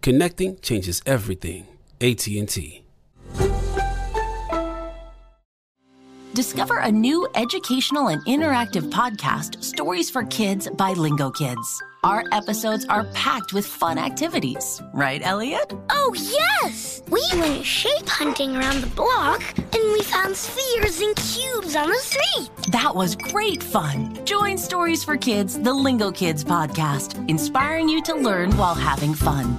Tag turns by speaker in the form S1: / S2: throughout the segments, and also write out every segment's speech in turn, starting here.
S1: Connecting changes everything. AT&T.
S2: Discover a new educational and interactive podcast, Stories for Kids by Lingo Kids. Our episodes are packed with fun activities, right, Elliot?
S3: Oh, yes! We went shape hunting around the block and we found spheres and cubes on the street.
S2: That was great fun. Join Stories for Kids, the Lingo Kids podcast, inspiring you to learn while having fun.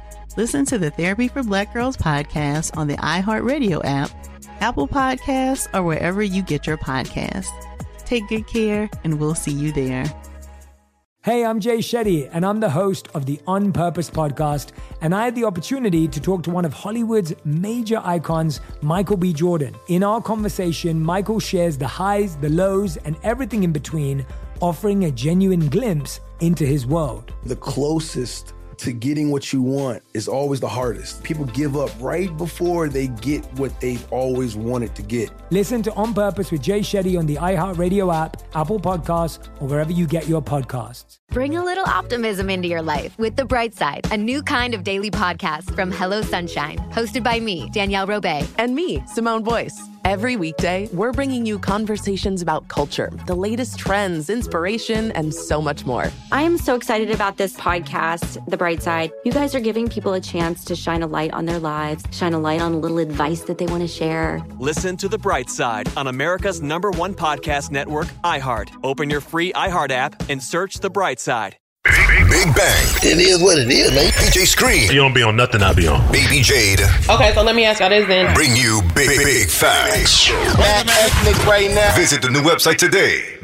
S4: Listen to the Therapy for Black Girls podcast on the iHeartRadio app, Apple Podcasts, or wherever you get your podcasts. Take good care, and we'll see you there.
S5: Hey, I'm Jay Shetty, and I'm the host of the On Purpose podcast. And I had the opportunity to talk to one of Hollywood's major icons, Michael B. Jordan. In our conversation, Michael shares the highs, the lows, and everything in between, offering a genuine glimpse into his world.
S6: The closest to getting what you want is always the hardest. People give up right before they get what they've always wanted to get.
S5: Listen to On Purpose with Jay Shetty on the iHeartRadio app, Apple Podcasts, or wherever you get your podcasts.
S7: Bring a little optimism into your life with The Bright Side, a new kind of daily podcast from Hello Sunshine, hosted by me, Danielle Robay.
S8: And me, Simone Boyce. Every weekday, we're bringing you conversations about culture, the latest trends, inspiration, and so much more.
S9: I am so excited about this podcast, The Bright Side. You guys are giving people a chance to shine a light on their lives, shine a light on a little advice that they want to share.
S10: Listen to The Bright Side on America's number one podcast network, iHeart. Open your free iHeart app and search The Bright Side.
S11: Big Bang. It is what it is, man. DJ Scream.
S12: You don't be on nothing I be on.
S11: Baby Jade.
S13: Okay, so let me ask y'all this then.
S11: Bring you big, big, big facts. Mad ethnic right now. Visit the new website today.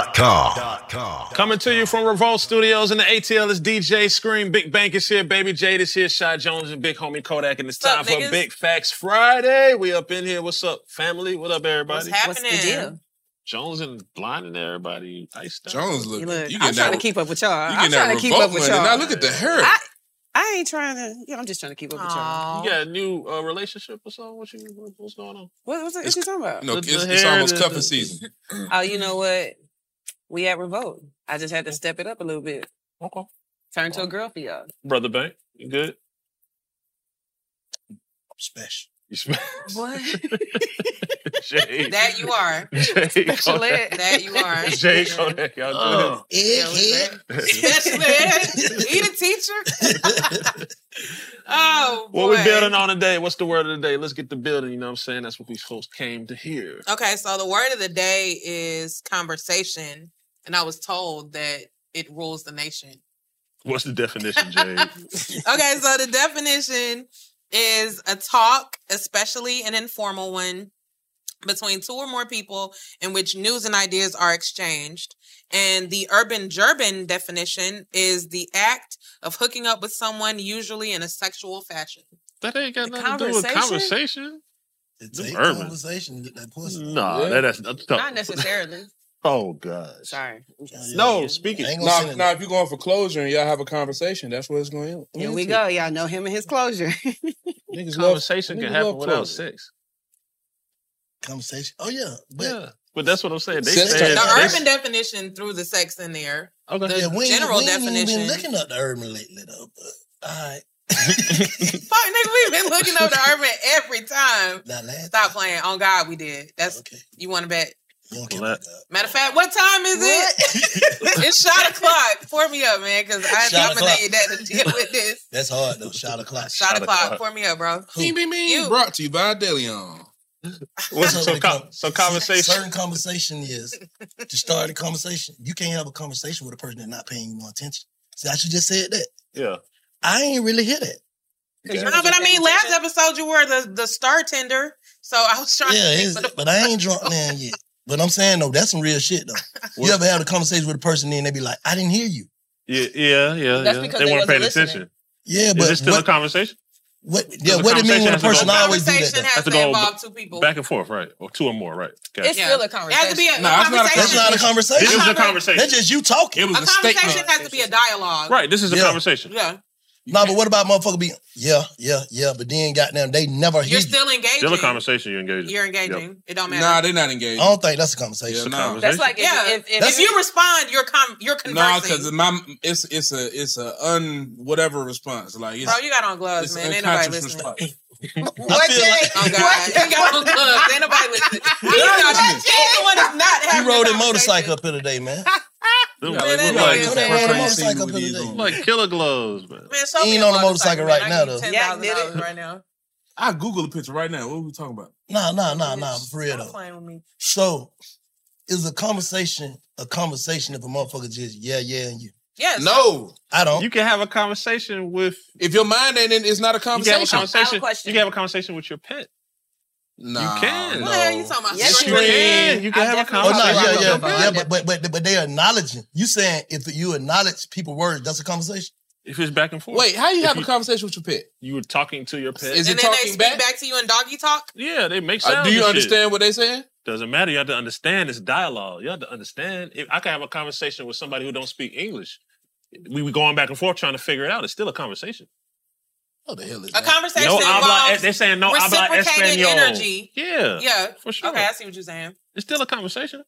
S11: BigFactsPod.com.
S14: Coming to you from Revolt Studios in the ATL is DJ Scream. Big Bank is here. Baby Jade is here. Shy Jones and Big Homie Kodak. And it's
S15: What's
S14: time
S15: up,
S14: for
S15: niggas?
S14: Big Facts Friday. We up in here. What's up, family? What up,
S15: What's
S14: everybody?
S15: happening?
S8: What's the deal?
S14: Jones and blinding everybody. Iced out.
S16: Jones look.
S8: Look,
S16: you
S15: I'm
S16: getting
S15: trying
S16: that,
S15: to keep up with y'all.
S16: you
S15: I'm
S16: getting that
S15: trying to keep up
S16: revolt
S15: with
S16: money.
S15: y'all.
S16: Now look at the hair.
S15: I, I ain't trying to. You know, I'm just trying to keep up with y'all.
S14: You got a new uh, relationship or something? What you, what- what's going on?
S15: What was
S16: It's-
S15: it? you talking about?
S16: no,
S14: the-
S16: it's,
S14: the
S16: it's
S14: hair,
S16: almost
S14: the-
S16: cuffing
S14: the-
S16: season.
S15: Oh, you know what? We at Revolt. I just had to step it up a little bit.
S14: Okay.
S15: Turn to a girl for y'all.
S14: Brother Bank, you good?
S16: Special.
S14: You smash.
S15: What?
S14: Jade.
S13: That you are.
S14: Jade.
S15: Special
S14: Kodak.
S15: ed.
S13: That you are.
S14: Jade Kodak,
S16: Oh.
S14: y'all
S13: Yeah, what's that?
S14: good?
S13: Special ed. He the teacher. oh, boy.
S14: What we building on today? What's the word of the day? Let's get the building. You know what I'm saying? That's what we folks came to hear.
S13: Okay, so the word of the day is conversation, and I was told that it rules the nation.
S14: What's the definition, Jade?
S13: okay, so the definition is a talk, especially an informal one, between two or more people in which news and ideas are exchanged. And the urban gerbin definition is the act of hooking up with someone, usually in a sexual fashion.
S14: that ain't got
S15: The
S14: nothing to do with
S15: conversation?
S14: conversation.
S16: It's
S14: Them
S16: a
S14: urban.
S16: conversation to get that pussy.
S14: Nah,
S16: Yeah.
S14: that, that's not
S15: Not necessarily.
S14: Oh god.
S15: Sorry.
S14: No, speaking.
S16: I Oh, ain't gonna
S14: No,
S16: send
S14: no,
S16: it.
S14: no.
S16: Nah,
S14: If you going for closure and y'all have a conversation, that's where it's going.
S15: Here we go. Y'all know him and his closure.
S14: Niggas conversation can happen without sex.
S16: Conversation. Oh yeah, but
S14: yeah, but that's what I'm saying. They
S16: Sex
S14: said
S16: Yeah,
S13: The
S16: talk.
S14: they-
S16: that's-
S13: urban definition threw the sex in there.
S14: Okay.
S13: The
S16: yeah, we ain't-
S13: general
S16: we ain't even
S13: definition.
S16: been looking up the urban lately though. But, all right,
S13: Fuck, nigga, we've been looking up the urban every time.
S16: not last.
S13: Stop playing. On God, we did. That's
S16: Okay. Uh,
S13: you want to bet? Matter of fact, what time is it? it's shot o'clock. Pour me up, man, because I
S16: Shot
S13: I'm gonna
S16: o'clock.
S13: need that to deal with this.
S16: That's hard though. Shot o'clock.
S13: Shot, o'clock. Pour me up, bro.
S16: Bing, bing, bing.
S13: You.
S16: Brought to you by Delion.
S14: What's- so com- so conversation-
S16: Certain conversation is to start a conversation. You can't have a conversation with a person that's not paying you no attention. See, I should just said that.
S14: Yeah.
S16: I ain't really hear that.
S13: No, but I mean, last episode you were the the star tender, so I was trying.
S16: Yeah,
S13: to think
S16: it's-
S13: of the-
S16: but I ain't drunk man yet. But I'm saying though, that's some real shit though. you ever have a conversation with a person and they be like, "I didn't hear you."
S14: Yeah, yeah, yeah.
S16: That's
S14: yeah.
S16: because
S14: they
S16: they
S14: weren't
S16: wasn't
S14: paying
S16: listening.
S14: attention.
S16: Yeah,
S14: is
S16: but
S14: this still a
S16: what-
S14: conversation?
S16: What?
S14: Does
S16: Yeah,
S14: the
S16: what it
S14: conversation
S16: mean when a
S14: have to go
S16: person
S14: back-
S16: always do that?
S13: Conversation has
S14: That's
S13: to
S14: the goal.
S13: involve two people.
S14: Back and forth, right? Or two or more, right? Okay.
S13: It's still a conversation. It has to be a,
S14: No,
S13: a
S14: it's not a
S13: conversation.
S14: conversation. That's not a conversation. This is a conversation.
S16: That's just you talking. It
S13: A conversation has to be a dialogue.
S14: Right, this is a
S16: Yeah.
S14: conversation.
S13: Yeah.
S16: Nah, but what about motherfucker being? Yeah, yeah, yeah. But then goddamn, they never hear
S13: You're
S16: you.
S13: still engaging.
S14: Still a conversation. You're engaging.
S13: You're engaging. It don't matter.
S16: Nah, they're not engaged. I don't think that's a
S14: It's a
S16: conversation.
S14: conversation.
S13: That's like yeah. If, if, you respond, you're com- you're
S12: No,
S13: conversing.
S12: because my it's it's a it's a un whatever response. Like it's,
S13: Bro, you got on gloves,
S12: it's
S13: man. Ain't nobody
S12: unconscious
S13: listening.
S12: response.
S13: What Jay? Oh God, you got on gloves. Ain't nobody listening. You know,
S16: Judgment.
S13: Everyone is not
S16: You
S13: having.
S16: rode
S13: a
S16: a motorcycle up here today, man.
S14: Them
S16: Yeah,
S14: look
S16: they
S14: like,
S16: look
S14: like,
S16: like- They look like- Motorcycle up here
S14: like killer gloves, man.
S13: conversation.
S16: He ain't on a motorcycle right now though.
S13: Yeah, did it right now.
S12: I Google the picture right now. What are we talking about?
S16: Nah, nah, nah, nah. For real
S13: Stop
S16: though.
S13: playing with me.
S16: So, is a conversation a conversation if a motherfucker just yeah, yeah, and you?
S13: Yes.
S12: No,
S16: I don't.
S14: You can have a conversation with.
S12: If your mind ain't in, it's not a
S14: You can have
S12: conversation.
S14: a conversation. You can have a conversation with your pet.
S12: Nah,
S14: you can.
S12: no.
S13: What the hell you talking about?
S14: Yes, you
S13: Scream.
S14: can. You can
S13: I
S14: have a
S13: definitely-
S16: Oh no,
S14: conversation.
S16: yeah, yeah,
S14: with your
S16: yeah,
S14: pet.
S16: but but but but they acknowledging. You saying if you acknowledge people words, that's a conversation.
S14: If it's back and forth.
S12: Wait, how you
S14: If
S12: have a conversation with your pet?
S14: You were talking to your pet.
S12: Is
S13: And
S12: it
S13: then they
S12: talking
S13: speak
S12: back?
S13: back to you in doggy talk.
S14: Yeah, they make sounds.
S12: Uh, do you
S14: and shit.
S12: understand what they saying?
S14: Doesn't matter. You have to understand this dialogue. You have to understand. If I can have a conversation with somebody who don't speak English, we were going back and forth trying to figure it out. It's still a conversation.
S12: What Oh, the hell is
S13: A conversation
S14: No, habla-
S13: involves
S14: they're saying no habla
S13: reciprocating
S14: español.
S13: energy.
S14: Yeah,
S13: yeah,
S14: for sure.
S13: Okay, I see what you're saying.
S14: It's still a conversation.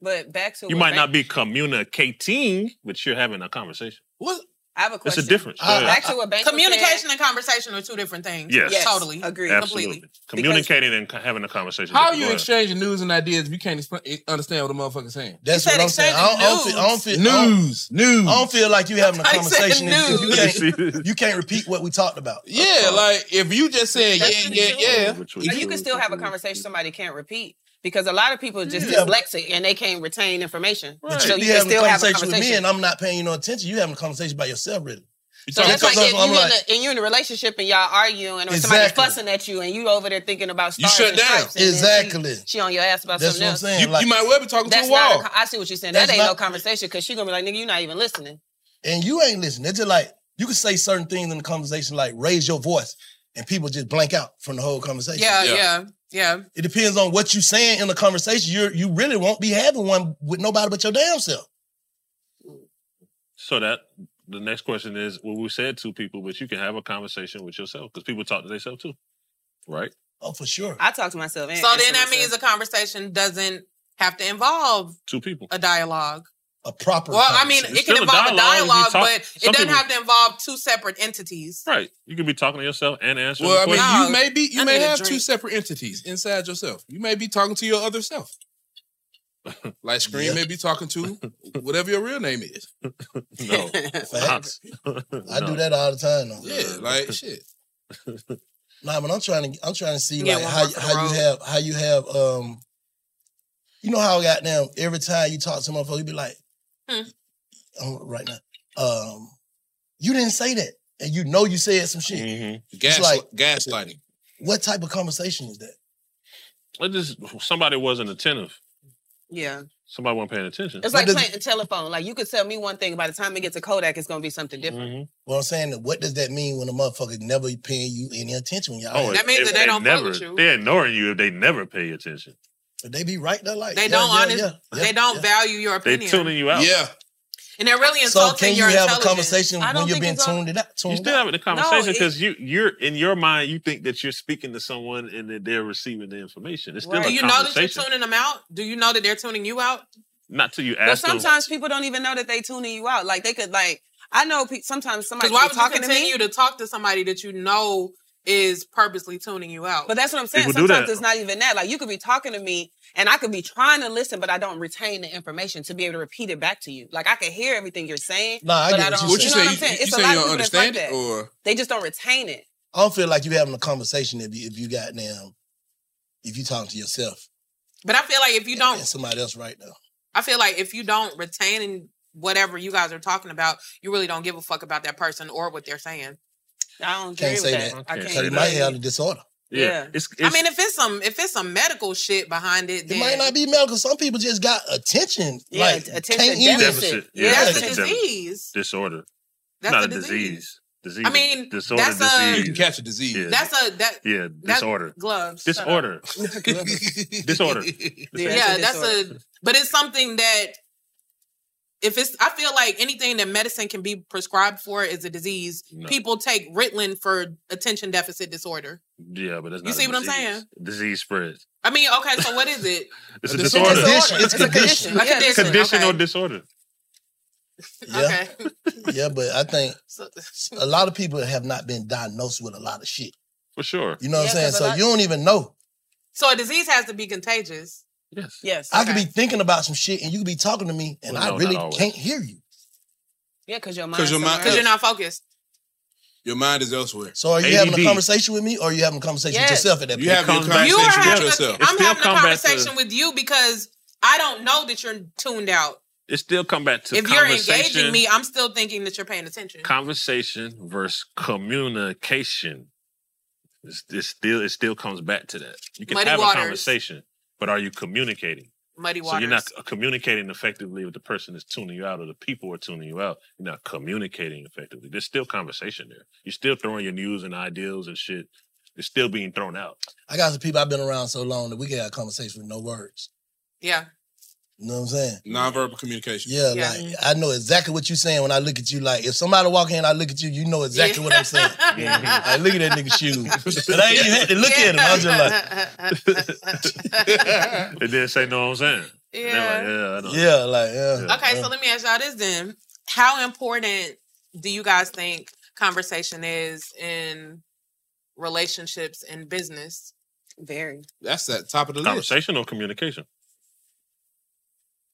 S15: But back to
S14: You
S15: what
S14: might not
S15: Ra-
S14: be communicating, but you're having a conversation.
S12: What?
S15: I have a
S14: It's
S15: question.
S14: a difference.
S15: Uh,
S14: Yeah.
S15: back to what Banks
S13: Communication and conversation are two different things.
S14: Yes.
S13: totally.
S15: Agree
S14: Absolutely. Communicating and co- having a conversation.
S12: How
S14: Go
S12: are you
S14: ahead.
S12: exchanging news and ideas if you can't explain, understand what the motherfucker's saying?
S16: That's what I'm saying. I don't, I don't feel, I don't feel
S12: news, news.
S16: I don't feel like you having a
S12: I said
S16: conversation. if You,
S12: news.
S16: can't, you can't repeat what we talked about. Uh,
S12: Yeah, like if you just saying yeah,
S15: That's
S12: yeah,
S15: true.
S12: yeah,
S15: Now, you can still have a conversation somebody can't repeat because a lot of people are just
S16: Yeah.
S15: dyslexic and they can't retain information.
S16: But
S15: So
S16: you
S15: you
S16: be
S15: can
S16: having
S15: still
S16: a
S15: have a
S16: conversation with me,
S15: conversation.
S16: and I'm not paying you no attention. You having a conversation by yourself, really.
S15: So
S16: Just
S15: that's like
S16: because
S15: if you
S16: I'm
S15: in
S16: like-
S15: a, and you're in a relationship and y'all arguing and somebody's
S16: Exactly.
S15: fussing at you and you over there thinking about
S16: You
S15: stars
S16: shut
S15: and
S16: down.
S15: stripes and then
S16: Exactly.
S15: She, she on your ass about
S16: That's
S15: something
S16: what I'm
S15: else.
S16: saying, You- like- you might
S12: well be talking to
S15: That's
S12: a
S15: not
S12: wall.
S15: con- I see what you're saying.
S16: That's
S15: that ain't
S16: not-
S15: no conversation because she gonna be like, nigga, you not even listening.
S16: and you ain't listening. It's just like you can say certain things in the conversation, like raise your voice, and people just blank out from the whole conversation.
S13: Yeah, yeah, yeah.
S16: It depends on what you saying in the conversation. You you really won't be having one with nobody but your damn self.
S14: So that the next question is, well, we said two people, but you can have a conversation with yourself because people talk to themselves too, right?
S16: Oh, for sure.
S15: I talk to myself.
S13: So then that means a conversation doesn't have to involve
S14: Two people.
S13: a dialogue.
S16: A proper.
S13: Well, I mean,
S14: It's
S13: it can
S14: still a
S13: involve a
S14: dialogue if you
S13: dialogue,
S14: talk-
S13: but it
S14: some
S13: doesn't
S14: people-
S13: have to involve two separate entities.
S14: Right. You can be talking to yourself and answering.
S12: Well, I
S14: the
S12: mean,
S14: question.
S12: you may be you
S13: I
S12: may
S13: need a
S12: have two
S13: drink.
S12: separate entities inside yourself. You may be talking to your other self. Like Scream
S14: Yeah.
S12: may be talking to whatever your real name is.
S14: No.
S16: Facts. I do that all the time. Though.
S12: Yeah, like shit.
S16: Nah, but I'm trying to I'm trying to see
S12: Yeah,
S16: like
S12: one
S16: how
S12: more for the
S16: how you
S12: road.
S16: have how you have um you know how goddamn every time you talk to motherfucker, you be like,
S13: Hmm.
S16: oh, right now, um, you didn't say that. And you know you said some shit.
S14: Mm-hmm.
S12: Gas,
S16: It's like,
S12: gaslighting.
S16: what type of conversation is that?
S14: It just somebody wasn't attentive.
S15: Yeah.
S14: Somebody wasn't paying attention.
S15: It's like playing the telephone. Like you could tell me one thing, by the time it gets to Kodak, it's gonna be something different.
S16: Well, I'm saying that what does that mean when a motherfucker never paying you any attention when y'all
S14: Oh,
S16: have-
S14: if- if never, They're ignoring you if they never pay attention.
S16: But they be right there like
S13: They
S16: yeah,
S13: don't
S16: yeah,
S13: honest,
S16: yeah, yeah,
S13: they don't
S16: yeah.
S13: value your
S14: They
S13: opinion.
S14: tuning you out. Yeah.
S13: and they're really
S16: So
S13: insulting
S16: can you
S13: your
S16: have a
S13: intelligence.
S16: conversation
S13: I
S16: when
S13: don't
S16: you've
S13: think
S16: been
S13: it's all-
S16: tuned it out? Tuned
S14: You still
S16: out?
S14: having the conversation because you you're in your mind you think that you're speaking to someone and that they're receiving the information. It's still
S13: Do
S14: a
S13: you know that you're
S14: conversation.
S13: tuning them out? Do you know that they're tuning you out?
S14: Not till you
S15: But
S14: ask them.
S15: sometimes people don't even know that they tuning you out. Like they could like I know pe- sometimes somebody
S13: Because
S15: be
S13: why would you
S15: talking to
S13: continue
S15: me.
S13: to, talk to somebody that you know is purposely tuning you out.
S15: But that's what I'm saying.
S13: People do
S15: Sometimes
S13: that.
S15: it's not even that. Like you could be talking to me and I could be trying to listen, but I don't retain the information to be able to repeat it back to you. Like I can hear everything you're saying.
S16: Nah, I
S15: but
S16: get
S15: I
S16: what
S15: don't
S16: you're
S15: you
S16: saying.
S15: know what I'm
S16: You say-
S15: saying?
S16: you-
S15: It's
S16: you
S15: a
S16: say
S15: lot
S16: you
S15: of
S16: don't
S15: people that's like
S16: understand
S15: that.
S16: it, or-
S15: They just don't retain it.
S16: I don't feel like you having a conversation if you if you got damn if you talking to yourself
S13: But I feel like if you don't
S16: and somebody else right now.
S13: I feel like if you don't retain in whatever you guys are talking about, you really don't give a fuck about that person or what they're saying.
S15: I don't
S16: Can't say that. Because you might have a disorder.
S14: Yeah. It's,
S13: I mean, if it's some if it's some medical shit behind it,
S16: it
S13: then
S16: might not be medical. Some people just got attention.
S13: Yeah,
S16: like,
S13: attention
S16: can't even-
S14: deficit. Yeah,
S13: that's a
S14: attention deficit.
S13: disease.
S14: Disorder.
S13: That's
S14: not
S13: a
S14: a disease. Disease.
S13: I mean,
S14: disorder.
S13: that's a-
S14: disease.
S13: You can
S14: catch a disease. Yeah.
S13: That's a that
S14: yeah.
S13: that-
S14: Disorder.
S13: gloves. shut up.
S14: Disorder. disorder.
S13: yeah, that's a but it's something that if it's I feel like anything that medicine can be prescribed for is a disease.
S14: No.
S13: People take Ritalin for attention deficit disorder.
S14: Yeah, but that's
S13: You
S14: not. a
S13: see what I'm
S14: disease.
S13: saying?
S14: Disease spreads.
S13: I mean, okay, so what is it?
S14: It's a,
S16: It's a
S14: disorder.
S16: condition. It's It's a condition. condition.
S13: A
S16: Yeah,
S13: condition,
S14: Conditional
S13: okay.
S14: disorder.
S16: Yeah. yeah, but I think a lot of people have not been diagnosed with a lot of shit.
S14: For sure.
S16: You know what
S13: Yeah,
S16: I'm saying?
S13: 'cause a
S16: So
S13: lot-
S16: you don't even know.
S13: So a disease has to be contagious.
S14: Yes.
S13: Yes.
S16: I could be thinking about some shit and you could be talking to me and
S14: Well, no,
S16: I
S14: not
S16: really
S14: always.
S16: can't hear you.
S15: Yeah, because your mind.
S12: 'Cause your mind-
S13: because you're not focused.
S12: Your mind is elsewhere.
S16: So are you having a conversation with me or are you having a conversation
S13: Yes.
S16: with yourself at that
S12: You
S16: point?
S12: having a Comes back-
S13: You are
S12: Conversation with
S13: having
S12: yourself.
S13: a,
S12: It
S13: I'm
S12: still
S13: having
S12: come
S13: a
S12: back to-
S13: conversation with you because I don't know that you're tuned out.
S14: It still come back to
S13: if you're
S14: conversation.
S13: engaging me, I'm still thinking that you're paying attention.
S14: conversation versus communication. It's, it's still it still comes back to that. You can
S13: Muddy
S14: have
S13: waters.
S14: a conversation, but are you communicating?
S13: Muddy
S14: So you're
S13: waters.
S14: not communicating effectively with the person that's tuning you out, or the people are tuning you out. You're not communicating effectively. There's still conversation there. You're still throwing your news and ideals and shit. It's still being thrown out.
S16: I got some people I've been around so long that we can have a conversation with no words.
S13: Yeah.
S16: You know what I'm saying?
S12: Nonverbal communication.
S16: Yeah, like I know exactly what you're saying when I look at you. Like if somebody walk in, I look at you, you know exactly what I'm saying. Like look at that nigga shoes. But I ain't even had to look at him. I was just like,
S14: It didn't say no. I'm saying. They're
S13: Yeah.
S14: Like, yeah. I know.
S16: yeah, like yeah.
S13: Okay, so let me ask y'all this then. How important do you guys think conversation is in relationships and business?
S15: Very.
S12: That's that top of the list.
S14: Conversational communication.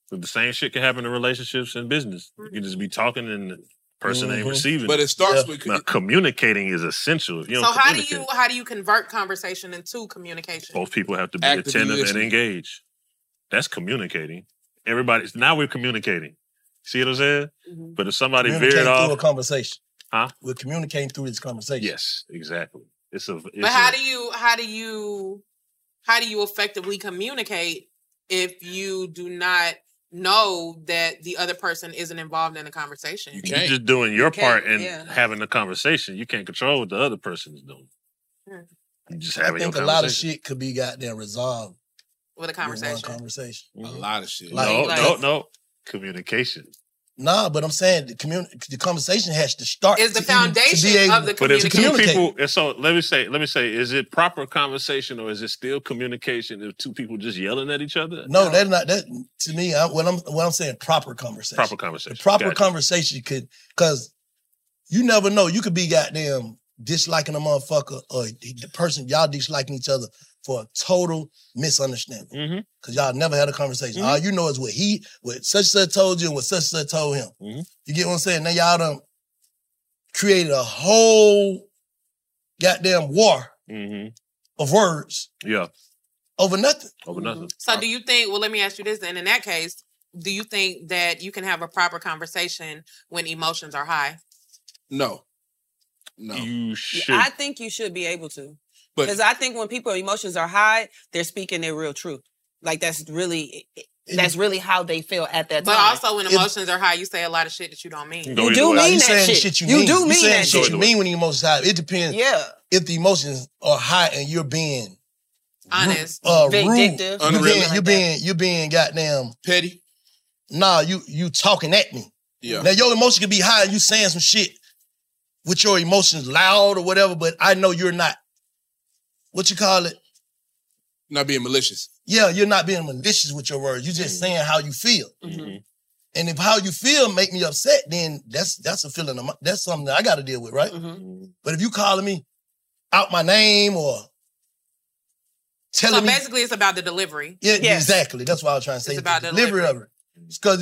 S14: So the same shit can happen in relationships and business. You can just be talking and the person ain't
S16: Mm-hmm.
S12: Mhm.
S14: receiving.
S12: But it starts with-
S14: now, communicating is essential. If you
S13: So
S14: don't
S13: how do
S14: communicate,
S13: you how do you convert conversation into communication?
S14: both people have to be
S12: Actively
S14: attentive
S12: listening.
S14: and engaged. That's communicating. Everybody's now we're communicating. See what I'm saying?
S13: Mm-hmm.
S14: But if somebody
S16: communicating
S14: veered
S16: through a
S14: off,
S16: conversation.
S14: Huh?
S16: We're communicating through this conversation.
S14: Yes, exactly. It's a. It's
S13: But how
S14: a-
S13: do you how do you how do you effectively communicate if you do not know that the other person isn't involved in the conversation?
S14: you are just doing your
S13: You can't,
S14: part and
S13: yeah.
S14: having the conversation. You can't control what the other person is doing.
S13: Hmm.
S14: You just
S16: I
S14: having
S16: think
S14: your
S16: a lot of
S14: conversation.
S16: shit could be goddamn resolved
S13: with a
S16: conversation.
S13: conversation.
S16: one
S14: A
S16: conversation.
S12: lot of shit.
S16: Like-
S14: no,
S16: like-
S14: no, no. Communication.
S16: Nah, but I'm saying the communi- the conversation has to start. Is the
S13: foundation of the
S14: But if two
S16: communication.
S14: people, and so let me say, let me say, is it proper conversation or is it still communication if two people just yelling at each other?
S16: No, that's not that to me. I, what I'm what I'm saying, proper conversation.
S14: Proper conversation.
S16: proper
S14: Gotcha.
S16: conversation could because you never know. You could be goddamn disliking a motherfucker or the person y'all disliking each other for a total misunderstanding.
S14: Mm-hmm.
S16: Cause y'all never had a conversation. All you know is what he, what such and such told you, and what such and such told him.
S14: Mm-hmm.
S16: You get what I'm saying? Now y'all done created a whole goddamn war of words
S14: Mm-hmm. Yeah.
S16: over nothing.
S14: Over nothing.
S13: So do you think? Well, let me ask you this. Then, in that case, do you think that you can have a proper conversation when emotions are high?
S12: No. No.
S14: You
S15: I think you should be able to.
S12: But-
S15: Because I think when people's emotions are high, they're speaking their real truth. Like that's really that's really how they feel at that
S13: But
S15: time.
S13: also, when emotions are high, you say a lot of shit that you don't mean.
S15: You do
S16: Nah,
S15: mean
S16: you
S15: that
S16: saying the
S15: shit.
S16: shit you,
S15: You
S16: mean.
S15: do
S16: You
S15: mean
S16: saying
S15: that
S16: the
S15: shit.
S16: shit you mean when the emotions high. It depends.
S15: Yeah.
S16: If the emotions are high and you're being
S13: honest,
S16: uh, rude,
S13: vindictive,
S16: you're being, you're being, you're being, goddamn
S12: petty.
S16: Nah, you you talking at me.
S12: Yeah.
S16: Now your emotion can be high and you saying some shit with your emotions loud or whatever, but I know you're not. What you call it?
S12: Not being malicious.
S16: Yeah, you're not being malicious with your words. You're
S13: Mm-hmm.
S16: just saying how you feel. And if how you feel make me
S13: Mm-hmm.
S16: upset, then that's that's a feeling. Of my, that's something that I got to deal with, right? But if you calling me, out my name or
S13: so
S16: telling me.
S13: basically, it's about the delivery.
S16: Yeah, exactly. That's what I was trying to say.
S13: It's about
S16: the delivery of it.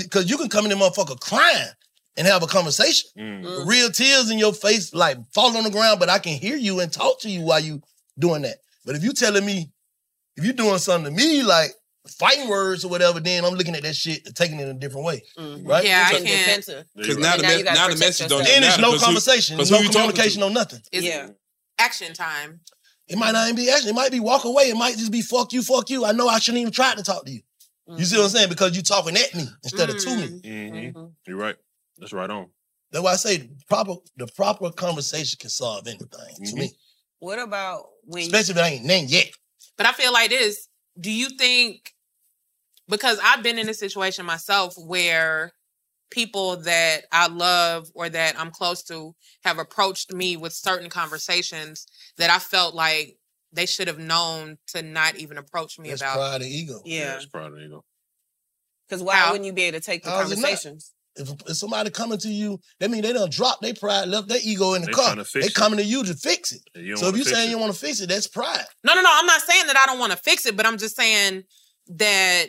S16: Because you can come in there, motherfucker, crying and have a conversation.
S13: Mm.
S16: With Real tears in your face, like fall on the ground, but I can hear you and talk to you while you doing that. But if you telling me, if you doing something to me, like fighting words or whatever, then I'm looking at that shit and taking it a different way. Right?
S13: Mm-hmm. Yeah, I
S16: Because-
S13: can't.
S12: Because now the, mes- now the message don't
S16: Then it's
S12: matter
S16: no
S12: 'cause who-
S16: conversation.
S12: 'cause
S16: no
S12: who you talking to?
S16: communication, no nothing.
S13: It's action time.
S16: It might not even be action. It might be walk away. It might just be fuck you, fuck you. I know I shouldn't even try to talk to you. You see
S13: Mm-hmm.
S16: what I'm saying? Because you talking at me instead of to
S13: Mm.
S16: me.
S14: Mm-hmm. You're right. That's right on.
S16: That's why I say the proper the proper conversation can solve anything to me.
S13: What about when?
S16: Especially if it ain't named yet.
S13: But I feel like this. Do you think because I've been in a situation myself where people that I love or that I'm close to have approached me with certain conversations that I felt like they should have known to not even approach me
S16: That's
S13: about
S16: pride and ego.
S13: Yeah.
S14: That's pride and ego.
S13: Because
S15: why wouldn't you be able to take the
S16: How's it not?
S15: conversations?
S16: If, if somebody coming to you, that mean they done drop their pride, left their ego in the
S14: They
S16: car.
S14: tryna fix
S16: They
S14: it.
S16: coming to you to fix it.
S14: And you don't
S16: so if
S14: wanna
S16: you
S14: fix
S16: saying
S14: it.
S16: you want to fix it, that's pride.
S13: No, no, no. I'm not saying that I don't want to fix it, but I'm just saying that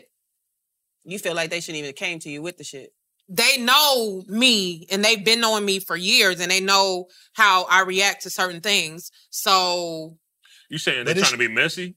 S15: You feel like they shouldn't even came to you with the shit.
S13: they know me and they've been knowing me for years and they know how I react to certain things. So
S14: You saying they're trying to be messy?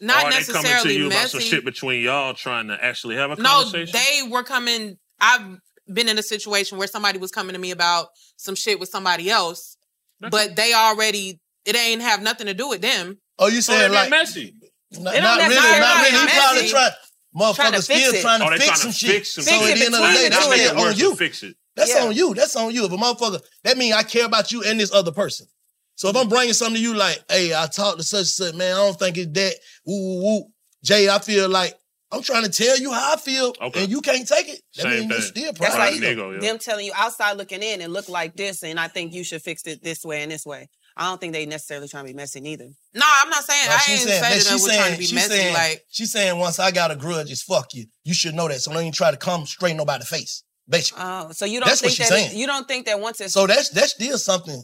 S13: not
S14: or are they coming to
S13: necessarily
S14: you about
S13: messy.
S14: some shit between y'all trying to actually have a
S13: no,
S14: conversation?
S13: they were coming. I've been in a situation where somebody was coming to me about some shit with somebody else, but they already it ain't have nothing to do with them.
S16: Oh, you
S13: it
S16: saying
S13: been
S16: like
S14: messy?
S16: Not,
S13: It don't
S16: not really,
S13: necessarily
S16: not really. He
S13: messy.
S16: probably trying. Motherfuckers
S13: Trying to fix
S16: still
S13: it.
S16: trying to
S14: Oh, they
S16: fix
S14: trying
S16: some
S14: to
S16: shit.
S14: fix some
S16: so
S14: shit.
S16: at the end of the
S14: Between
S16: day,
S14: the
S16: that's
S14: two of
S16: still
S14: them.
S16: on you.
S14: Fix it.
S16: That's
S14: Yeah.
S16: on you. That's on you. If a motherfucker, that mean I care about you and this other person. So if I'm bringing something to you like, hey, I talked to such and such, man, I don't think it's that. Woo, woo, woo. Jay, I feel like I'm trying to tell you how I feel, and you can't take it. That mean you still
S15: That's
S16: pride
S15: like
S16: ego.
S15: them telling you outside looking in and look like this, and I think you should fix it this way and this way. I don't think they necessarily trying to be messy neither.
S13: No, I'm not saying
S16: No,
S13: I
S16: Oh, she
S13: ain't
S16: saying,
S13: say
S16: man,
S13: that I
S16: she
S13: was trying to
S16: saying,
S13: be
S16: she
S13: messy.
S16: saying,
S13: like
S16: she saying, once I got a grudge, it's fuck you. You should know that. So don't even try to come straight nobody face. Basically.
S15: Oh, so you don't
S16: That's what
S15: think
S16: she's
S15: that it-
S16: saying.
S15: you don't think that once it's
S16: So that's that's still something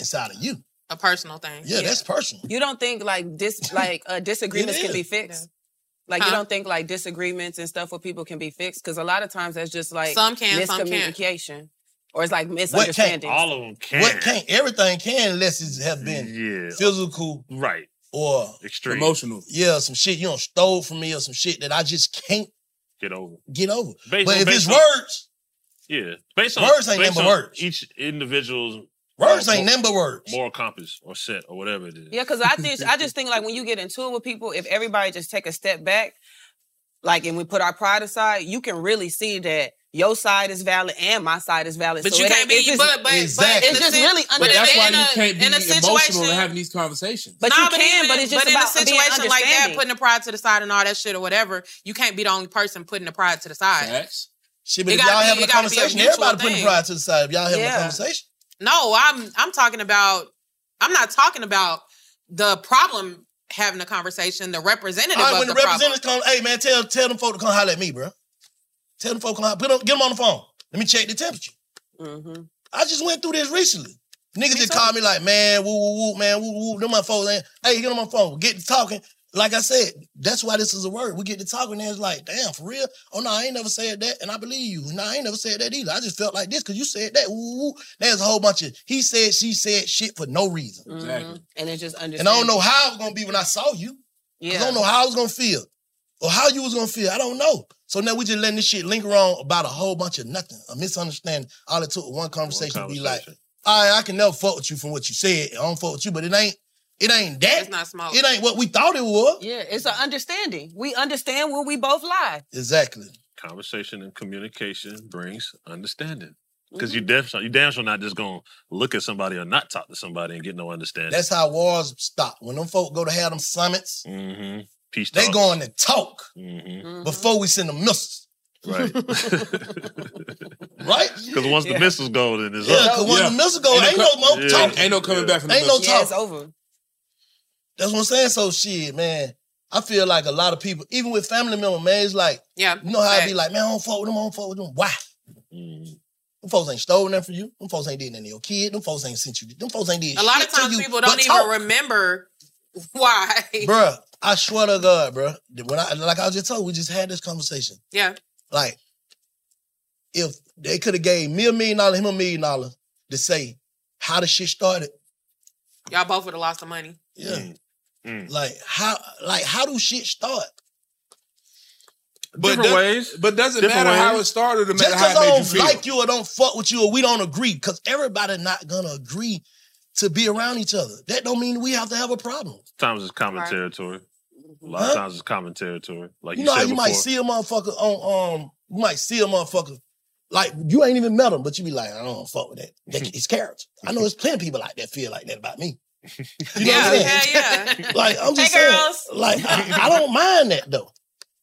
S16: inside of you.
S13: a personal thing.
S16: Yeah, that's personal.
S15: You don't think like dis like uh, disagreements can be fixed? Like you
S13: Huh?
S15: don't think like disagreements and stuff with people can be fixed? Because a lot of times that's just like
S13: Some can, some can't.
S15: miscommunication, or it's like misunderstanding.
S14: All of them can.
S16: What can't everything can unless it have been physical,
S14: right,
S16: or
S14: Extreme.
S12: Emotional.
S16: Yeah, some shit you don't stole from me or some shit that I just can't
S14: Get over.
S16: get over.
S14: Based
S16: but
S14: on-
S16: if it's
S14: based on-
S16: words,
S14: Yeah. Based on
S16: Words
S14: based
S16: ain't nothing but
S14: on
S16: words.
S14: Each individual's
S16: Words
S14: uh,
S16: ain't
S14: mor-
S16: nothing but words.
S14: Moral compass or set or whatever it is.
S15: Yeah, because I think I just think like when you get into it with people, if everybody just take a step back, like and we put our pride aside, you can really see that your side is valid and my side is valid.
S13: But
S15: So
S13: you
S15: it
S13: can't
S15: ain't-
S13: be-
S15: it's just-
S13: but- but- Exactly.
S15: it's just
S13: but-
S15: really
S13: but
S15: under.
S12: that's why
S13: in
S12: you
S13: a-
S12: can't be
S13: in a
S12: emotional
S13: situation-
S12: and having these conversations.
S15: But you can,
S13: even-
S15: but it's just
S13: in
S15: about
S13: a
S15: being
S13: situation like that,
S15: understanding.
S13: putting the pride to the side and all that shit or whatever, you can't be the only person putting the pride to the side.
S16: shit, but
S13: It
S16: if
S13: gotta
S16: y'all
S13: be-
S16: having
S13: it
S16: a
S13: gotta be a
S16: conversation,
S13: mutual
S16: everybody putting
S13: thing.
S16: pride to the side. If y'all having
S13: Yeah.
S16: a conversation,
S13: No, I'm I'm talking about I'm not talking about the problem having a conversation, the representative
S16: all right,
S13: of
S16: when
S13: the,
S16: the
S13: problem.
S16: representatives come, hey man, tell tell them folk to come holler at me, bro. Tell them folk to come, holler- put them, get them on the phone. Let me check the temperature.
S15: Mhm.
S16: I just went through this recently. Niggas just called me like, man, woo, woo, woo, man, woo, woo, woo. Them my folks, man. Hey, get on my phone. Get to talking. Like I said, that's why this is a word. We get to talking, and it's like, damn, for real? Oh, no, I ain't never said that, and I believe you. No, I ain't never said that either. I just felt like this because you said that. Woo, woo, woo. There's a whole bunch of he said, she said shit for no reason.
S13: Mm-hmm.
S15: Mhm. And it's just understanding.
S16: And I don't know how it was gonna be when I saw you. 'Cause I don't know how I was gonna feel or how you was gonna feel. I don't know. So now we just letting this shit linger on about a whole bunch of nothing, a misunderstanding. All it took was one conversation, to be like, all right, I can never fuck with you from what you said. I don't fuck with you, but it ain't it ain't that.
S13: It's not smoke.
S16: It ain't what we thought it was.
S15: Yeah, it's an understanding. We understand where we both lie.
S16: Exactly.
S14: Conversation and communication brings understanding. Because
S16: Mm-hmm.
S14: you damn sure, you damn sure not just gonna look at somebody or not talk to somebody and get no understanding.
S16: That's how wars stop. When them folk go to have them summits,
S14: mm-hmm. Peace
S16: they
S14: talks.
S16: going to talk
S14: Mhm.
S16: before we send them missiles.
S14: Right.
S16: right?
S14: Because once the missiles go, then it's
S16: Yeah,
S14: up.
S16: 'cause once the missiles go, ain't no more talking. Ain't no talking.
S15: over.
S16: That's what I'm saying. So shit, man. I feel like a lot of people, even with family members, man, it's like,
S13: yeah,
S16: you know how I be like, man, I don't fuck with them, I don't fuck with them. Why? Them folks ain't stole nothing from you. Them folks ain't did nothing to your kid. Them folks ain't sent you. Them folks ain't did
S13: A lot
S16: shit
S13: of
S16: to
S13: times
S16: you
S13: people
S16: but
S13: don't even
S16: talk.
S13: remember why.
S16: Bruh, I swear to God, bruh. that When I like I was just told, we just had this conversation.
S13: Yeah.
S16: Like, if they could have gave me a million dollar, him a million dollar to say how the shit started.
S13: Y'all both would have lost the money.
S16: Yeah. Like how like how do shit start?
S12: But Different does- ways. but does it Different matter how ways. it started or
S16: Just
S12: matter how it
S16: 'cause
S12: made
S16: I
S12: you
S16: don't
S12: feel?
S16: like you or don't fuck with you or we don't agree, because everybody not gonna agree to be around each other. That don't mean we have to have a problem.
S14: Times it's common
S16: Right.
S14: territory. A lot of
S16: Huh?
S14: times it's common territory. Like you,
S16: you know how
S14: said
S16: you
S14: before.
S16: might see a motherfucker on um you might see a motherfucker like you ain't even met him, but you be like, I don't fuck with that. that his character. I know there's plenty of people like that feel like that about me. You know what I'm saying?
S13: yeah, yeah.
S16: Like I'm just
S13: Hey,
S16: saying,
S13: girls.
S16: like I, I don't mind that though.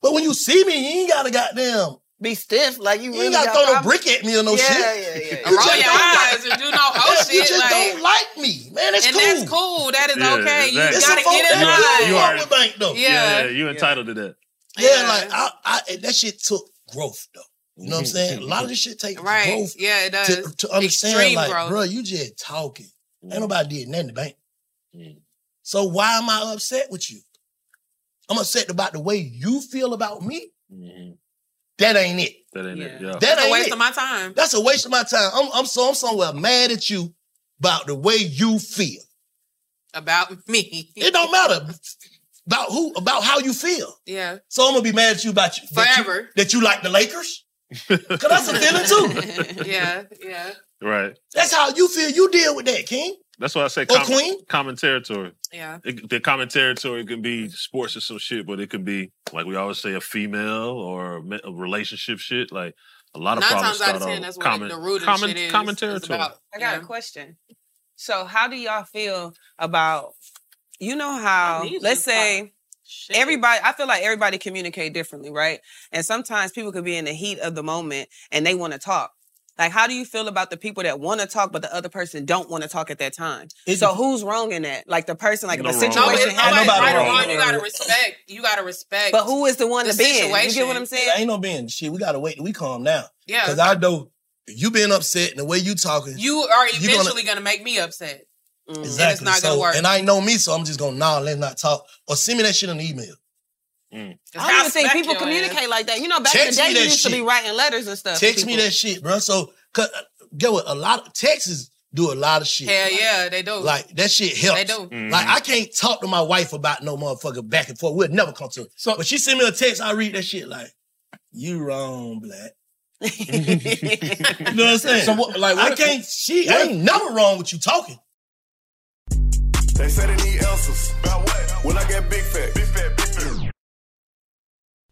S16: But when you see me, you ain't gotta goddamn
S15: be stiff like you.
S16: You
S15: really
S16: ain't gotta
S15: got
S16: throw no
S15: problems.
S16: brick at me or no
S15: Yeah,
S16: shit.
S15: yeah, yeah, yeah.
S16: You
S15: Roll
S16: just
S15: your
S16: don't
S15: eyes
S16: like-
S13: and do no oh
S16: You
S13: shit,
S16: just
S13: like-
S16: don't like me, man. It's
S13: and
S16: cool.
S13: that's cool. That is
S14: Yeah,
S13: okay. You
S14: exactly.
S13: gotta get in
S14: You are-
S13: line.
S14: you are-
S16: though.
S14: Yeah,
S16: Yeah.
S14: yeah, you entitled to that.
S16: Yeah, like I, I, and that shit took growth though. You know what I'm
S14: Mhm.
S16: saying? A lot of this shit takes
S13: Right.
S16: growth.
S13: Yeah, it
S16: to-
S13: does.
S16: To, understand,
S13: Extreme
S16: like,
S13: growth.
S16: bro, you just talking. Ain't nobody did nothing to bank. So why am I upset with you? I'm upset about the way you feel about me. That ain't it.
S14: That ain't it. Yeah.
S16: That
S13: That's a
S16: ain't
S13: waste
S16: it.
S13: of my time.
S16: That's a waste of my time. I'm, I'm so I'm somewhere mad at you about the way you feel.
S13: About me.
S16: It don't matter about who, about how you feel.
S13: Yeah.
S16: So I'm gonna be mad at you about you that you-
S13: Forever.
S16: That you, like the Lakers. Cause that's a feeling too.
S13: yeah, yeah.
S14: Right.
S16: That's how you feel. You deal with that, King.
S14: That's why I say
S16: Or
S14: common,
S16: queen?
S14: common territory.
S13: Yeah.
S14: It, the common territory can be sports or some shit, but it can be like we always say a female or a, me- a relationship shit. Like a lot of
S13: Nine
S14: problems
S13: times out
S14: start
S13: of ten,
S14: on
S13: that's what
S14: common
S13: the root of
S14: common
S13: shit is.
S14: common
S13: is
S14: territory.
S13: about.
S15: I got a question. So, how do y'all feel about you know how? Let's say everybody. I feel like everybody communicate differently, right? And sometimes people could be in the heat of the moment and they want to talk. Like, how do you feel about the people that want to talk but the other person don't want to talk at that time? so who's wrong in that? Like the person, like
S13: No
S15: if a
S13: wrong. No, it's
S15: situation
S13: nobody
S15: happens,
S13: right or wrong. You gotta respect. You gotta respect.
S15: But who is the one to bend? You
S13: situation.
S15: get what I'm saying?
S16: Ain't no being shit. We gotta wait till we calm down.
S13: Yeah.
S16: Cause I know you being upset and the way you talking.
S13: You are
S16: you
S13: eventually gonna, make me upset.
S16: Exactly.
S13: And it's not
S16: so,
S13: gonna work.
S16: And I know me, so I'm just gonna nah, let's not talk. Or send me that shit in the email.
S15: I don't even think people communicate like that. You know, back
S16: Text
S15: in
S16: me
S15: the day, you
S16: that
S15: used to
S16: shit.
S15: be writing letters and stuff. to
S16: Text me
S15: people.
S16: that shit, bro. So, cause, uh, get what? A lot of Texas do a lot of shit.
S13: Hell yeah, they do.
S16: Like that shit helps. Mm-hmm.
S13: They do.
S14: Mm-hmm.
S13: Mhm.
S16: Like I can't talk to my wife about no motherfucker back and forth. We'll never come to it. So, but she send me a text. I read that shit like, "You wrong, black." you know what I'm saying?
S6: So what- like, what
S16: I
S6: if-
S16: can't. She
S6: what if-
S16: ain't never wrong with you talking.
S11: They said they need answers. About what? When I get big fat. Big fat, big fat.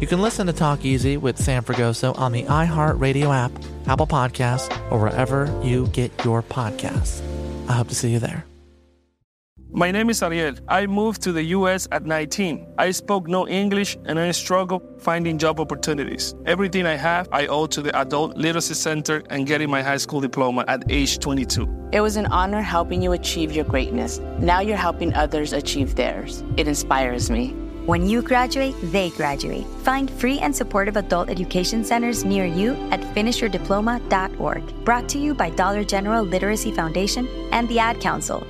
S17: You can listen to Talk Easy with Sam Fragoso on the iHeartRadio app, Apple Podcasts, or wherever you get your podcasts. I hope to see you there.
S18: My name is Ariel. I moved to the US at 19. I spoke no English and I struggled finding job opportunities. Everything I have, I owe to the Adult Literacy Center and getting my high school diploma at age 22.
S19: It was an honor helping you achieve your greatness. Now you're helping others achieve theirs. It inspires me.
S20: When you graduate, they graduate. Find free and supportive adult education centers near you at finishyourdiploma.org. Brought to you by Dollar General Literacy Foundation and the Ad Council.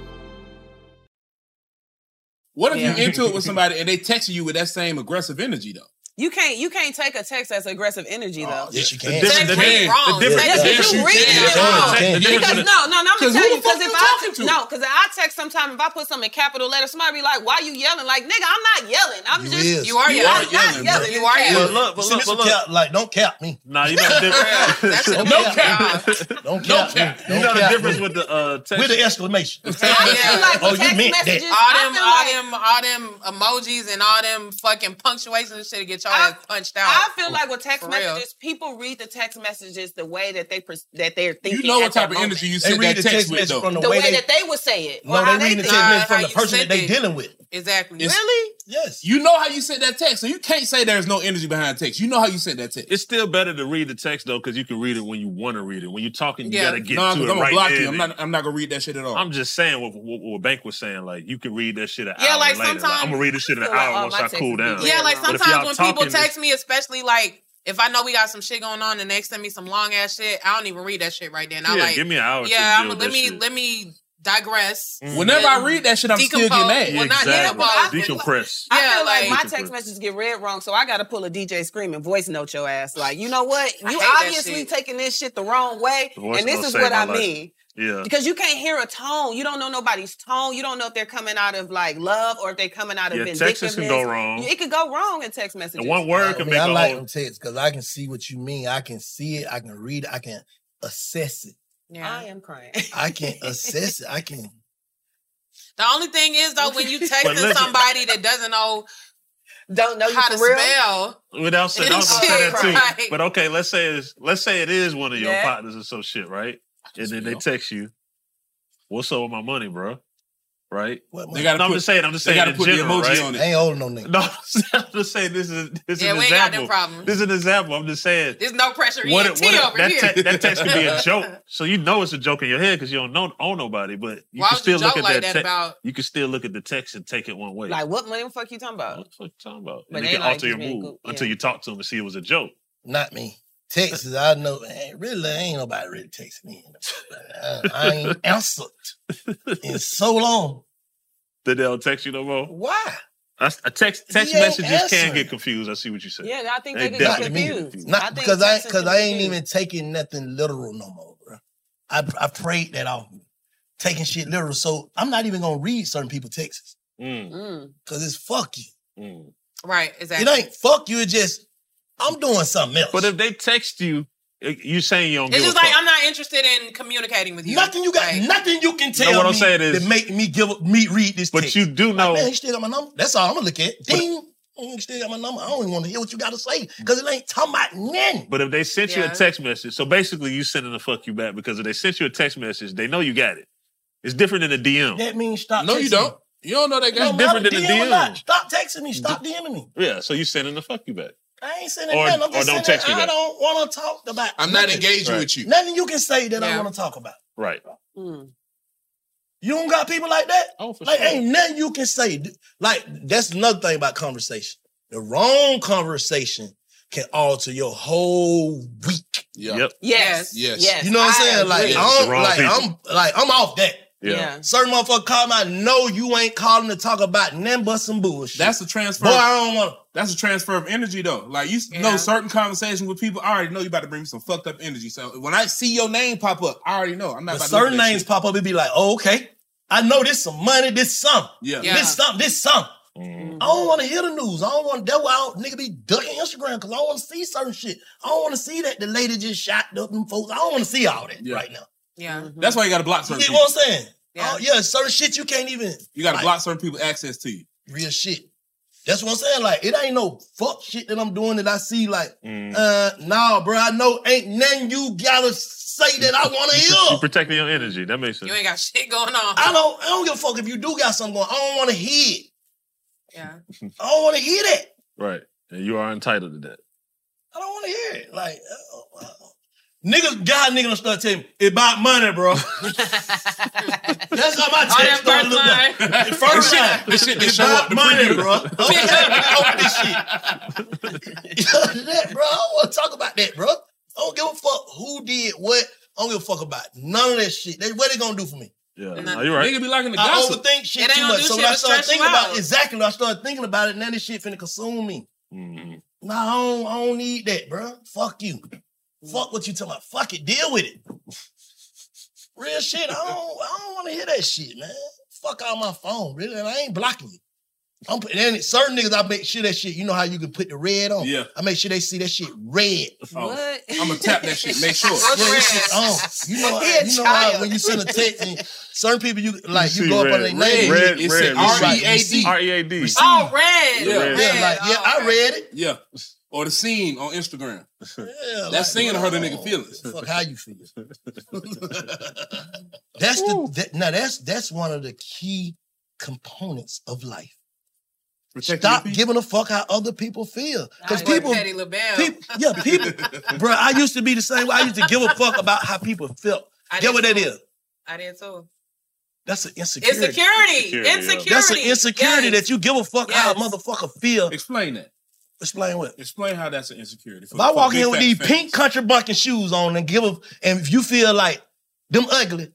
S12: What if
S15: Yeah.
S12: you into it with somebody and they text you with that same aggressive energy though?
S15: You can't you can't take a text that's aggressive energy though.
S12: yes, you can. The
S15: Text
S12: difference- the
S15: read
S12: difference-
S15: wrong.
S12: the difference-
S15: Text-
S12: the
S15: if you
S12: difference-
S15: read it
S12: yeah, yeah,
S15: wrong.
S12: the difference- the
S15: Because no, no, no, I'm gonna
S12: 'Cause who
S15: tell you
S12: the fuck
S15: because
S12: you
S15: if I
S12: talking to?
S15: no, because I text sometimes if I put something in capital letters, somebody be like, "Why you yelling?" Like, nigga, I'm not yelling. I'm just
S16: is.
S15: you are
S16: You
S15: yelling.
S16: are
S15: I'm not
S16: yelling,
S15: yelling.
S16: bro.
S15: You are
S16: Yeah,
S15: yelling.
S16: look, but See, look, this but is look. cap- like don't cap me.
S14: Nah, you know the difference.
S16: Don't
S14: no
S16: cap.
S14: cap.
S16: Don't cap. me.
S14: You
S16: Don't
S14: know the
S16: cap
S14: difference
S16: me.
S14: with the uh, text.
S16: With the exclamation.
S15: oh, you meant
S13: Messages,
S15: that?
S13: all them, all them, all them emojis and all them fucking punctuations and shit to get y'all ass punched out.
S15: I feel like with text
S13: For real.
S15: messages, people read the text messages the way that they pers- that they're thinking.
S12: You know
S15: at
S12: what
S15: that
S12: type of
S15: moment.
S12: energy you
S16: They
S12: sent
S16: read
S12: that
S16: the
S12: text,
S16: text
S12: with
S16: message
S12: though.
S16: from
S15: the,
S16: way
S15: way,
S16: they-
S15: that they would say it.
S16: No,
S15: or
S16: they
S15: how
S16: read the
S15: think it.
S16: text message from the person that they dealing with.
S13: Exactly.
S12: It's-
S15: really?
S16: Yes.
S12: You know how you sent that text, so you can't say there's no energy behind text. You know how you sent that text.
S14: It's still better to read the text though, because you can read it when you want to read it. When you're talking, you gotta get
S12: Nah, 'cause
S14: to it
S12: I'm gonna
S14: right
S12: block
S14: there.
S12: you. I'm not. I'm not gonna read that shit at all.
S14: I'm just saying what, what, what Bank was saying. Like you can read that shit an
S13: Yeah,
S14: hour
S13: like,
S14: later.
S13: sometimes-
S14: I'm gonna read this shit in an
S13: feel like
S14: hour
S13: all
S14: once
S13: my
S14: I
S13: texts
S14: cool
S13: be-
S14: down.
S13: Yeah, like
S14: But if
S13: sometimes
S14: y'all
S13: when
S14: talking,
S13: people
S14: it's-
S13: text me, especially like if I know we got some shit going on and they send me some long ass shit, I don't even read that shit right then. I
S12: Yeah,
S13: like
S12: give me an hour to
S13: Yeah, I'm
S12: deal with
S13: let
S12: that
S13: me
S12: shit.
S13: let me digress.
S14: Mm-hmm.
S12: Whenever I read that shit, I'm still getting
S13: Decompose.
S12: mad.
S13: Well, not yet, but I feel like-
S14: Decompress.
S15: I feel
S13: Yeah,
S15: like,
S13: like-
S15: my text messages get read wrong, so I gotta pull a DJ screaming voice note your ass. Like, you know what?
S13: I
S15: You
S13: hate that
S15: obviously
S13: shit.
S15: taking this shit the wrong way,
S14: The voice
S15: and this
S14: note
S15: is
S14: saved
S15: what
S14: my
S15: I
S14: life.
S15: mean.
S14: Yeah.
S15: Because you can't hear a tone. You don't know nobody's tone. You don't know if they're coming out of like love or if they're coming out of
S14: Yeah,
S15: vindictiveness.
S14: texts can go wrong.
S15: It could go wrong in text messages.
S16: I mean, I like them texts because I can see what you mean. I can see it. I can read it. I can assess it.
S15: Yeah. I am crying.
S16: I can assess it. I can.
S13: The only thing is though, when you texting
S16: listen-
S13: somebody that doesn't know,
S15: don't know
S13: how to
S15: for real?
S13: spell.
S14: Without saying, I was gonna say that too. But okay, let's say it's, let's say it is one of your
S13: Yeah.
S14: partners or some shit, right? And then they text you, "What's up with my money, bro?" Right?
S16: money? They
S14: no,
S16: gotta
S14: I'm
S16: put-
S14: just saying. I'm just
S16: they
S14: saying.
S16: gotta
S14: in
S16: put the
S14: general,
S16: emoji
S14: right?
S16: on it. Ain't holding no
S14: nigga. No, I'm just saying this is this
S13: Yeah,
S14: is an
S13: we ain't got them
S14: example.
S13: problems.
S14: This is an example. I'm just saying.
S13: There's no pressure ENT
S14: What, it- what it-
S13: over
S14: that,
S13: here.
S14: te- that text could be a joke, so you know it's a joke in your head because you don't know own nobody. But you
S15: Why
S14: can
S15: would you
S14: still look
S15: joke
S14: at
S15: like
S14: that.
S15: that
S14: te-
S15: about-
S14: you can still look at the text and take it one way.
S15: Like, what money the fuck you talking about? What
S14: the fuck you talking about?
S15: But
S14: and you
S15: they
S14: can
S15: like
S14: alter
S15: you
S14: your
S15: being
S14: mood
S15: goofy, yeah.
S14: until you talk to them and see it was a joke.
S16: Not me. Texts, I know. Ain't really, ain't nobody really text me. I, I ain't answered in so long.
S14: Then they'll text you no more.
S16: Why?
S14: I, I text text
S16: He ain't
S14: messages
S16: answering.
S14: can get confused. I see what you said.
S15: Yeah, I think they get
S14: definitely
S15: confused.
S16: Not
S15: I think
S16: because I
S15: texts
S16: because
S15: can
S16: I ain't
S15: confuse.
S16: even taking nothing literal no more, bro. I I prayed that off me, taking shit literal. So I'm not even gonna read certain people texts
S14: Mm.
S16: because it's fuck you.
S13: Right, exactly.
S16: It ain't fuck you. It just I'm doing something else.
S14: But if they text you, you saying you don't
S13: It's
S14: give
S13: just
S14: a
S13: like
S14: fuck.
S13: I'm not interested in communicating with you.
S16: Nothing you got. nothing you can tell
S14: No, what
S16: me
S14: I'm saying is
S16: to make me give up, me read this.
S14: But you do know.
S16: Man, he still got my number. That's all I'm gonna look at. Ding. Oh, You still got my number. I don't even want to hear what you got to say because it ain't talking about nothing.
S14: But if they sent you
S16: Yeah.
S14: a text message, so basically you sending the fuck you back because if they sent you a text message, they know you got it. It's different than a DM.
S16: That means stop.
S14: No, you
S16: texting
S14: don't.
S16: me.
S14: You don't know they got-
S16: No
S14: It's different
S16: matter
S14: than the
S16: DM or not,
S14: DM.
S16: Stop texting me. Stop DMing me.
S14: Yeah, so you sending the fuck you back.
S16: I ain't sending
S14: Or-
S16: nothing. I'm
S14: or
S16: just
S14: don't
S16: sending,
S14: text me
S16: I
S14: back.
S16: don't want to talk about.
S14: I'm not
S16: nothing.
S14: engaging Right. with you.
S16: Nothing you can say that I
S14: Yeah.
S16: want to talk about.
S14: Right.
S15: Mm.
S16: You don't got people like that.
S14: Oh, for
S16: like
S14: sure.
S16: ain't nothing you can say. Like that's another thing about conversation. The wrong conversation can alter your whole week.
S14: Yep.
S15: Yes. Yes. Yes.
S16: You know what I'm
S15: I
S16: saying? Like
S15: agree. Yes,
S16: I'm
S15: the wrong
S16: like
S15: people.
S16: I'm like I'm off that.
S14: Yeah. Yeah.
S16: Certain motherfucker call me. I know you ain't calling to talk about nothing but some bullshit.
S12: That's a transfer.
S16: Boy, I don't want.
S12: That's a transfer of energy though. Like you s- know, certain conversations with people, I already know you about to bring me some fucked up energy. So when I see your name pop up, I already know. I'm not.
S16: But
S12: about
S16: certain
S12: to
S16: names pop up. It be like, oh, okay. I know this some money. This some.
S12: Yeah. Yeah.
S16: This some. This some. I don't want to hear the news. I don't want that. Why I don't, nigga be ducking Instagram because I don't want to see certain shit. I don't want to see that the lady just shot up them folks. I don't want to see all that right now.
S15: Yeah.
S12: That's why you got to block
S16: You
S12: certain.
S16: get
S12: people.
S16: what I'm saying? Yeah. Oh, yeah, certain shit you can't even.
S12: You got to
S16: like,
S12: block certain people access to you.
S16: real shit. That's what I'm saying. Like it ain't no fuck shit that I'm doing that I see. Like, uh, nah, bro. I know ain't nothing you gotta say that I want to hear.
S14: You protecting your energy. That makes sense.
S15: You ain't got shit going on.
S16: I don't. I don't give a fuck if you do got something going. on. I don't want to hear it.
S15: Yeah.
S16: I don't want to hear that.
S14: Right. And you are entitled to that.
S16: I don't want to hear it. Like, uh, uh, niggas, God, niggas gonna start telling me it about money, bro. That's how my
S15: Oh, that
S16: text started
S15: first
S16: looking.
S15: line.
S16: The First
S15: The shit-
S16: line.
S15: the shit that
S16: It
S15: show
S16: about
S15: up, the
S16: money,
S15: preview.
S16: bro. Okay, I don't this shit. Other than that, bro. I don't want to talk about that, bro. I don't give a fuck who did what. I don't give a fuck about none of that shit. They, what they gonna do for me?
S14: Yeah.
S16: Nah.
S14: No, you're right.
S12: Nigga be liking the
S16: I
S12: gossip.
S16: overthink shit
S12: It ain't
S16: too
S12: gonna
S16: much.
S12: do
S16: So
S12: shit
S16: when I
S12: but
S16: started
S12: stress you
S16: thinking about
S12: out.
S16: exactly, when I started thinking about it. Now this shit finna consume me.
S14: Mm-hmm.
S16: Nah, I don't, I don't need that, bro. Fuck you. Fuck what you talking about. Fuck it. Deal with it. Real shit. I don't. I don't want to hear that shit, man. Fuck out my phone, really. And I ain't blocking you. I'm putting and certain niggas. I make sure that shit. You know how you can put the red on.
S12: Yeah.
S16: I make sure they see that shit red.
S12: Oh, What? I'ma tap that shit, make sure.
S16: Put that shit on. You know.
S12: He a
S16: You know how
S12: child.
S16: when you send a text, and certain people you like you,
S14: see
S16: go up on
S14: red.
S16: their name.
S14: Red, red,
S16: it
S14: red.
S16: said right,
S12: E
S16: you E see-
S14: R-E-A-D.
S16: you see-
S15: Oh, red.
S16: Yeah,
S15: Red.
S16: yeah, like, yeah, I read it.
S12: Yeah. Or the scene on Instagram.
S16: Yeah,
S12: that
S16: like,
S12: scene hurt a nigga
S16: oh,
S12: feelings.
S16: Fuck how you feel. That's the that, now that's that's one of the key components of life. Stop giving a fuck how other people feel. Because
S15: Like
S16: people,
S15: Patti LaBelle.
S16: people, yeah, people, bro. I used to be the same way. I used to give a fuck about how people felt.
S15: I
S16: Get
S15: did
S16: what that
S15: too.
S16: is?
S15: I did too.
S16: That's an insecurity.
S15: Insecurity. Insecurity.
S16: That's an insecurity that you give a fuck how a motherfucker feel.
S12: Explain that.
S16: Explain what?
S12: Explain how that's an insecurity.
S16: If I walk in with these
S12: pink.
S16: pink country bucking shoes on and give a, and if you feel like them ugly,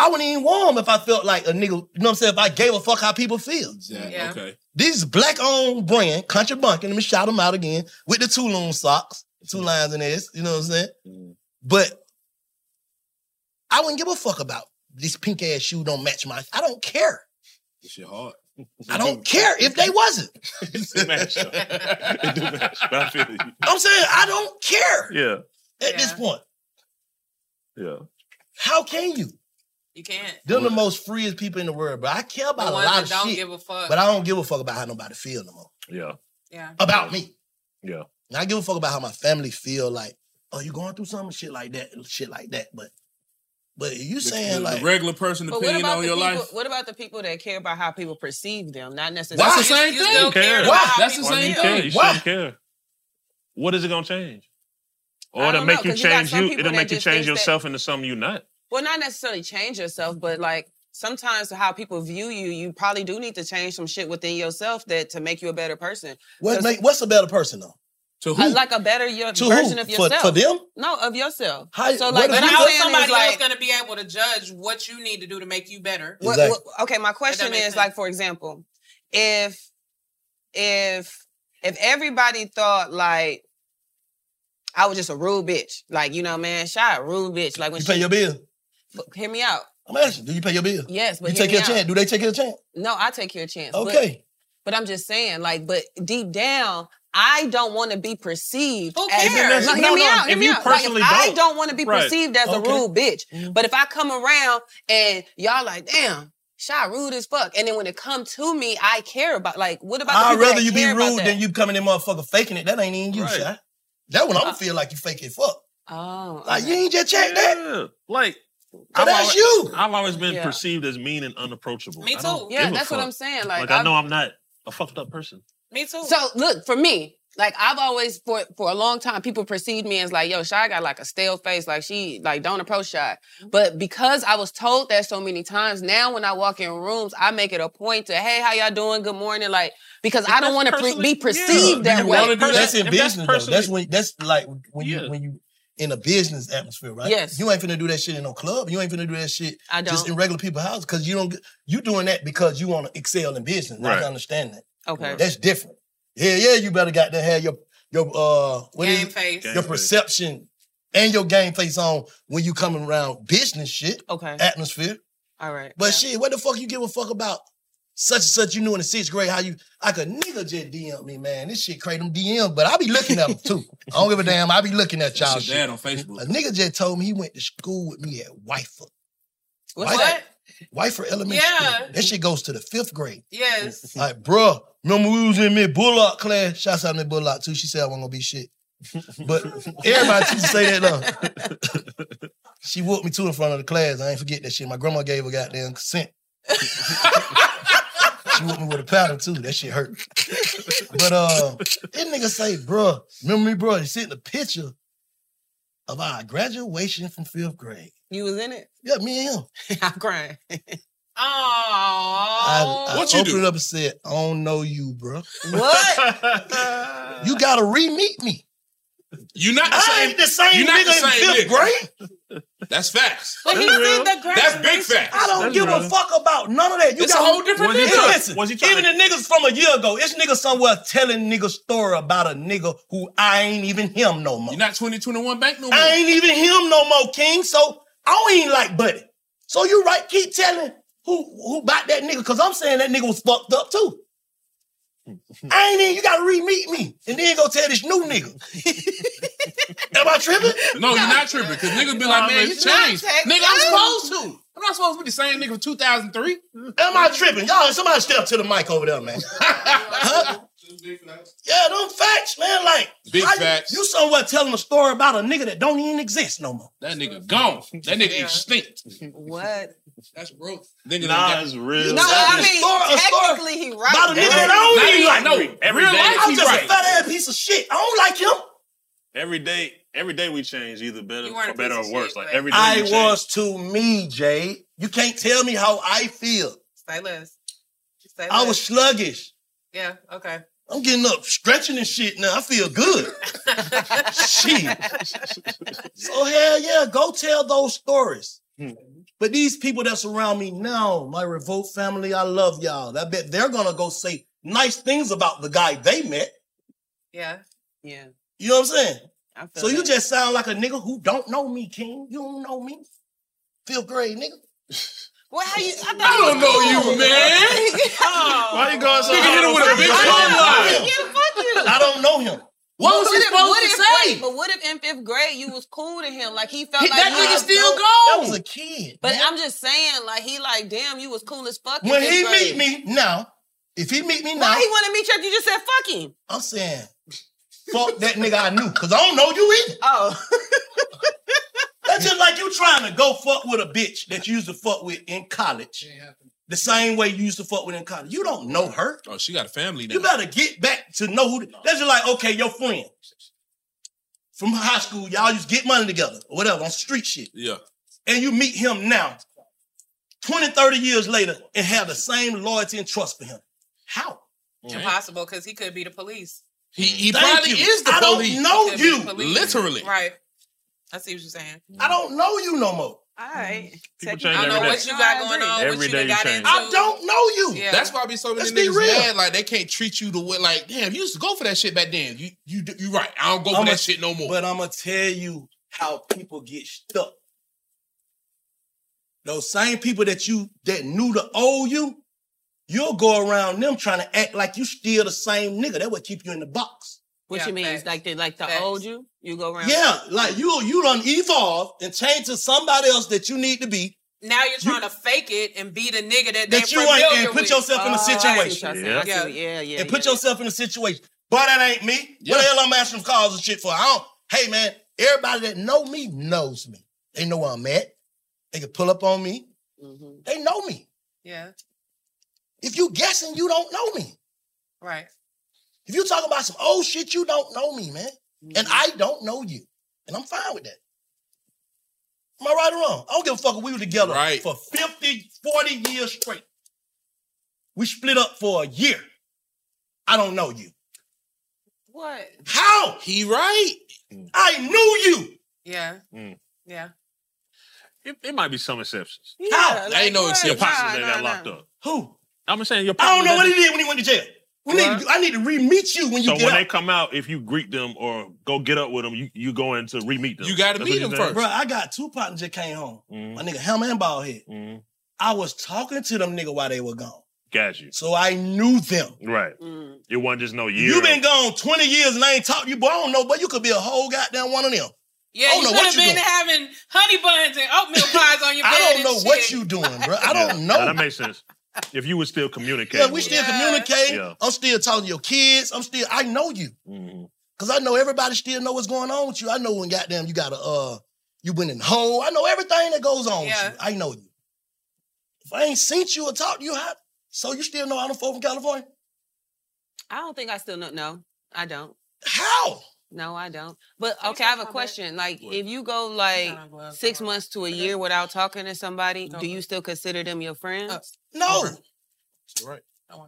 S16: I wouldn't even warm if I felt like a nigga, you know what I'm saying? If I gave a fuck how people feel.
S12: Yeah. Okay.
S16: This black owned brand, Country Bunkin, let me shout them out again, with the Tulum socks, two lines in this, you know what I'm saying?
S14: Mm-hmm.
S16: But I wouldn't give a fuck about this pink ass shoe don't match my, I don't care.
S12: It's your heart.
S16: I don't care if they wasn't.
S14: It do match, but I feel you.
S16: I'm saying I don't care
S14: Yeah.
S16: at this point.
S14: Yeah.
S16: How can you?
S15: You can't.
S16: They're the most freest people in the world, but I care about
S15: The
S16: a
S15: ones
S16: lot
S15: that
S16: of
S15: don't
S16: shit.
S15: give a fuck.
S16: But I don't give a fuck about how nobody feel no more.
S14: Yeah.
S15: Yeah.
S16: About me.
S14: Yeah.
S16: And I give a fuck about how my family feel like, oh, you going through something, shit like that, shit like that. But but you saying
S12: the,
S16: like
S12: the regular person
S15: But what
S12: opinion
S15: about
S12: on
S15: the
S12: your
S15: people?
S12: life?
S15: What about the people that care about how people perceive them? Not necessarily.
S12: That's the same
S15: You
S12: thing.
S15: still care about
S12: Why?
S15: how
S12: That's the
S15: people
S12: same
S15: feel.
S14: Care. You
S12: thing.
S14: shouldn't care. What is it gonna change? Or it'll
S15: don't
S14: make
S15: know,
S14: you
S15: 'cause you got
S14: change
S15: some
S14: you.
S15: people
S14: It'll
S15: that
S14: make you
S15: just
S14: change
S15: thinks that-
S14: yourself into something you're not.
S15: Well, not necessarily change yourself, but like sometimes how people view you, you probably do need to change some shit within yourself that to make you a better person.
S16: what
S15: 'Cause
S16: make, what's a better person though?
S12: To
S15: I like a better your,
S16: To
S15: version
S16: who?
S15: of
S16: For-
S15: yourself.
S16: for them?
S15: No, of yourself.
S16: How-
S15: so
S16: what
S15: like,
S16: if
S15: what
S16: you
S15: I'm
S16: feel-
S15: saying
S13: Somebody
S15: is like,
S13: else gonna be able to judge what you need to do to make you better.
S15: What,
S13: Exactly.
S15: what- okay, my question is like, for example, if if if everybody thought like I was just a rude bitch, like you know, man, shot rude bitch, like when
S16: You
S15: she,
S16: pay your bill.
S15: But hear me out.
S16: I'm asking, do you pay your bill?
S15: Yes, but
S16: you
S15: hear
S16: take
S15: me
S16: your
S15: out.
S16: chance. Do they take your chance?
S15: No, I take your chance. but-
S16: Okay.
S15: But, I'm just saying, like, but deep down, I don't want to be perceived. Who
S14: cares? Even if-
S15: As, no,
S14: no,
S15: hear me
S14: no,
S15: out. Hear
S14: if
S15: me
S14: you
S15: out. Like,
S14: personally
S15: if I
S14: don't-
S15: don't want to be
S14: Right.
S15: perceived as
S16: Mm-hmm.
S14: Okay.
S15: a rude bitch. But if I come around and y'all like, damn, Shy rude as fuck. And then when it come to me, I care about like what about the
S16: I'd
S15: people
S16: rather
S15: that
S16: you be
S15: care about
S16: rude
S15: that?
S16: than you coming in motherfucker faking it. That ain't even you, Shy. That one I'm
S15: Uh,
S16: gonna feel like you fake it fuck.
S15: Oh.
S16: Like you ain't just check that.
S14: Yeah. Like
S16: So that's
S14: alwa-
S16: you.
S14: I've always been
S15: Yeah.
S14: perceived as mean and unapproachable.
S15: Me
S14: I don't
S15: too. Yeah,
S14: give a
S15: that's what
S14: fuck.
S15: I'm saying, like,
S14: I
S15: I've-
S14: know I'm not a fucked up person.
S15: Me too. So look, for me, like I've always for for a long time, people perceived me as like, yo, Shy got like a stale face. Like she like don't approach Shy. But because I was told that so many times, now when I walk in rooms, I make it a point to, hey, how y'all doing? Good morning. Like, because I don't want to pre- be perceived that way.
S16: That's in business though. That's when that's like when you when you in a business atmosphere, right?
S15: Yes.
S16: You ain't finna do that shit in no club. You ain't finna do that shit
S15: I don't.
S16: just in regular people's houses because you don't get- you doing that because you want to excel in business. Right.
S15: Right.
S16: I understand that.
S15: Okay.
S16: That's different. Yeah, yeah, you better got to have your your uh what is
S15: Game
S16: it?
S15: face. Game
S16: your
S15: face.
S16: perception and your game face on when you coming around business shit.
S15: Okay.
S16: Atmosphere.
S15: All right.
S16: But shit, what the fuck you give a fuck about? Such and such you knew in the sixth grade how you I could nigga just DM me, man. This shit create them DM, but I be looking at them too. I don't give a damn. I be looking at y'all
S12: That's your
S16: shit.
S12: dad on Facebook.
S16: A nigga just told me he went to school with me at Wyfer.
S12: What's
S16: Wyfer- Wyfer Elementary.
S12: Yeah.
S16: School. That shit goes to the fifth grade.
S15: Yes.
S16: Like, bruh, remember we was in mid Bullock class? Shouts out to Bullock too. She said I wasn't gonna be shit. But everybody used to say that though. she whooped me too in front of the class. I ain't forget that shit. My grandma gave her goddamn consent. she whooped me with a paddle too. That shit hurt. But uh, that nigga say, bruh, remember me, bruh? He sent a picture of our graduation from fifth grade.
S15: You was in it?
S16: Yeah, me and him.
S15: I'm crying. Oh.
S16: I, I
S15: What you
S16: opened
S15: do?
S16: it up and said, I don't know you, bruh.
S15: What?
S16: you gotta re-meet me.
S12: You're not the
S16: I
S12: same.
S16: ain't the same
S12: you're not
S16: nigga
S12: the
S16: in
S12: same
S16: fifth
S12: nigga. That's facts.
S16: But he That's said real. the
S12: That's big facts.
S16: I don't give a fuck about none of that. You
S12: It's
S16: got
S12: a whole different Was he nigga. trying-
S16: Listen, even the niggas from a year ago, it's niggas somewhere telling niggas story about a nigga who I ain't even him no more. You're
S12: not 2021 bank no
S16: more. I ain't even him no more, King. So I don't even like Buddy. So you right, keep telling who who about that nigga, because I'm saying that nigga was fucked up too. I ain't even, you gotta re-meet me and then go tell this new nigga. Am I tripping?
S12: No, you're not tripping. Because niggas be
S16: No,
S12: like, man,
S16: it's
S12: you
S16: not
S12: changed.
S16: tech-
S12: Nigga, I'm supposed to. I'm not supposed to be the same nigga from 2003.
S16: Am I tripping? Y'all, somebody step to the mic over there, man. Huh? Yeah, them facts, man. Like,
S12: Big
S16: how you-
S12: facts.
S16: You, somewhere telling a story about a nigga that don't even exist no more.
S12: That nigga gone. That nigga extinct.
S15: What?
S12: That's broke. Nigga
S14: Nah,
S12: done got-
S14: it's real.
S12: You
S14: No,
S12: telling
S14: I
S12: a
S14: mean,
S12: story- a story-
S15: Technically, he right.
S16: About a nigga that I
S14: Not
S16: don't even
S14: even-
S16: like.
S14: no, every
S16: Real
S14: day
S16: life, I'm
S14: he
S16: just a
S14: right.
S16: fat ass piece of shit. I don't like him.
S14: Every day, every day we change, either better, for better or worse. like every day we
S16: I
S14: change.
S16: was to me, Jay. You can't tell me how I feel.
S15: Say less. Say
S16: I
S15: less.
S16: was sluggish.
S15: Yeah, okay.
S16: I'm getting up, stretching and shit now. I feel good. shit. So hell yeah, go tell those stories.
S15: Mm-hmm.
S16: But these people that surround me now, my revolt family, I love y'all. I bet they're gonna go say nice things about the guy they met.
S15: Yeah. Yeah.
S16: You know what I'm saying?
S15: I feel
S16: So you
S15: that.
S16: just sound like a nigga who don't know me, King. You don't know me. Fifth grade, nigga.
S15: Well, how you? Oh. I,
S16: I don't know you, man.
S14: Why you going so
S16: Oh. Nigga hit him with a big
S15: Oh, I
S16: line. I don't know him.
S15: But
S16: What was he
S15: if-
S16: supposed
S15: what
S16: to
S15: if-
S16: say?
S15: wait, But what if in fifth grade you was cool to him? Like he felt
S16: He-
S15: like
S16: that
S15: you
S16: nigga
S15: was
S16: still
S15: dope.
S16: gone. That was a kid.
S15: But
S16: man.
S15: I'm just saying, like he like, damn, you was cool as fuck. in
S16: when
S15: fifth
S16: he
S15: grade.
S16: meet me now, if he meet me now,
S15: why he want to meet you? if You just said fuck him.
S16: I'm saying, fuck that nigga I knew, cause I don't know you either.
S15: Oh.
S16: That's just like you trying to go fuck with a bitch that you used to fuck with in college. The same way you used to fuck with in college. You don't know her.
S12: Oh, she got a family now.
S16: You better get back to know who. That's just like, okay, your friend. From high school, y'all used to get money together or whatever on street shit.
S12: Yeah.
S16: And you meet him now, 20, 30 years later, and have the same loyalty and trust for him. How?
S15: Impossible, because he could be the police.
S12: He, he
S16: Thank
S12: probably
S16: you.
S12: is the
S16: I don't
S12: police.
S16: know
S12: He could
S16: you.
S12: be the police. Literally.
S15: Right. I see what you're saying.
S16: I don't know you no more.
S15: All right.
S12: People change
S15: I don't know
S12: every day.
S15: what you got going on.
S12: Every
S15: what you
S12: day
S15: done
S12: you
S15: got
S12: change.
S15: into.
S12: I
S16: don't know you.
S15: Yeah.
S12: That's why I be so many
S15: Let's be
S12: niggas
S15: real.
S12: mad. Like they can't treat you the way. Like damn, you used to go for that shit back then. You you you right. I don't go for
S16: I'ma-
S12: that shit no more.
S16: But I'm gonna tell you how people get stuck. Those same people that you that knew the old you, you'll go around them trying to act like you still the same nigga. That would keep you in the box.
S15: What you mean? Like the like the old you? You go around.
S16: Yeah, like you you done evolve and change to somebody else that you need to be,
S13: now you're trying to fake it and be the nigga that,
S16: that
S13: they're
S16: you ain't
S13: familiar
S16: and put
S13: with.
S16: yourself in
S13: Oh,
S16: a
S13: I see what you're
S16: situation.
S13: saying. I see what- yeah, yeah.
S16: And put yourself in a situation. Boy, that ain't me. What the hell I'm asking for calls and shit for? I don't. Hey man, everybody that know me knows me. They know where I'm at. They can pull up on me. They know me.
S13: Yeah.
S16: If you guessing, you don't know me.
S13: Right.
S16: If you talking about some old shit, you don't know me, man.
S13: Mm-hmm.
S16: And I don't know you. And I'm fine with that. Am I right or wrong? I don't give a fuck if we were together for 50, 40 years straight. We split up for a year. I don't know you.
S13: What?
S16: How? He right. I knew you.
S13: Yeah.
S14: Mm.
S13: Yeah.
S14: It, it might be some exceptions.
S13: Yeah, How? like
S14: ain't no
S13: what?
S14: exceptions
S13: Nah,
S14: that got
S13: nah,
S14: locked
S13: nah.
S14: up.
S16: Who?
S14: I'm saying your.
S16: I don't know what he did when he went to jail. We need to, I need to re-meet you when you
S14: So
S16: get
S14: when
S16: out.
S14: they come out, if you greet them or go get up with them, you you going to re-meet them. That's what Mm-hmm. you're saying?
S16: Bro, I got Tupac and just came home. My nigga Helm and Ball Head.
S14: Mm-hmm.
S16: I was talking to them nigga while they were gone.
S14: Got you.
S16: So I knew them.
S14: Right.
S15: Mm.
S14: It wasn't just no year.
S16: You been gone 20 years and I ain't talked to you, boy. I don't know, but you could be a whole goddamn one of them.
S13: Yeah,
S16: I don't
S13: you
S16: know
S13: should
S16: what
S13: have
S16: you
S13: been
S16: doing.
S13: having honey buns and oatmeal pies on your bed.
S16: I don't
S13: and
S16: know
S13: shit.
S16: what you doing, bro. I
S14: Yeah.
S16: don't
S14: Yeah,
S16: know.
S14: that makes sense. If you would still communicate.
S16: yeah, we still Oh. communicating.
S14: Yeah.
S16: I'm still talking to your kids. I'm still, I know you. Cause I know everybody still know what's going on with you. I know when goddamn you got a uh you been in the hole. I know everything that goes on with you. I know you. If I ain't seen you or talked to you, how, so you still know I don't fall from California?
S15: I don't think I still know. No, I don't.
S16: How?
S15: No, I don't. But okay, I have a question. Like, if you go like six months to a year without talking to somebody, do you still consider them
S16: Uh,
S15: your friends?
S16: no.
S14: Right.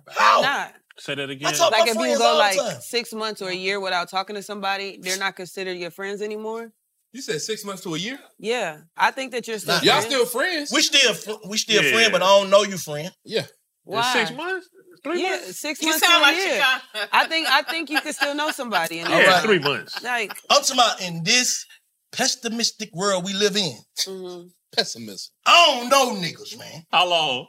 S15: How? Not.
S14: Say that again.
S15: like if you go like six months or a year without talking to somebody, they're not considered your friends anymore.
S12: You said six months to a year.
S15: Yeah, I think that you're still
S12: Y'all
S15: friends.
S12: still friends?
S16: We still fr- we still
S12: Yeah.
S16: friend, but I don't know you friend.
S12: Yeah.
S15: Why?
S12: Six
S14: months?
S12: Three
S15: yeah,
S12: months?
S15: six
S12: You
S15: months.
S12: sound
S15: to a
S12: like
S15: year. I think I think you can still know somebody. In
S16: Yeah,
S15: there.
S16: three
S14: months.
S15: Like
S16: I'm talking about in this pessimistic world we live in.
S15: Mm-hmm.
S12: Pessimism.
S16: I don't know niggas, man.
S14: How long?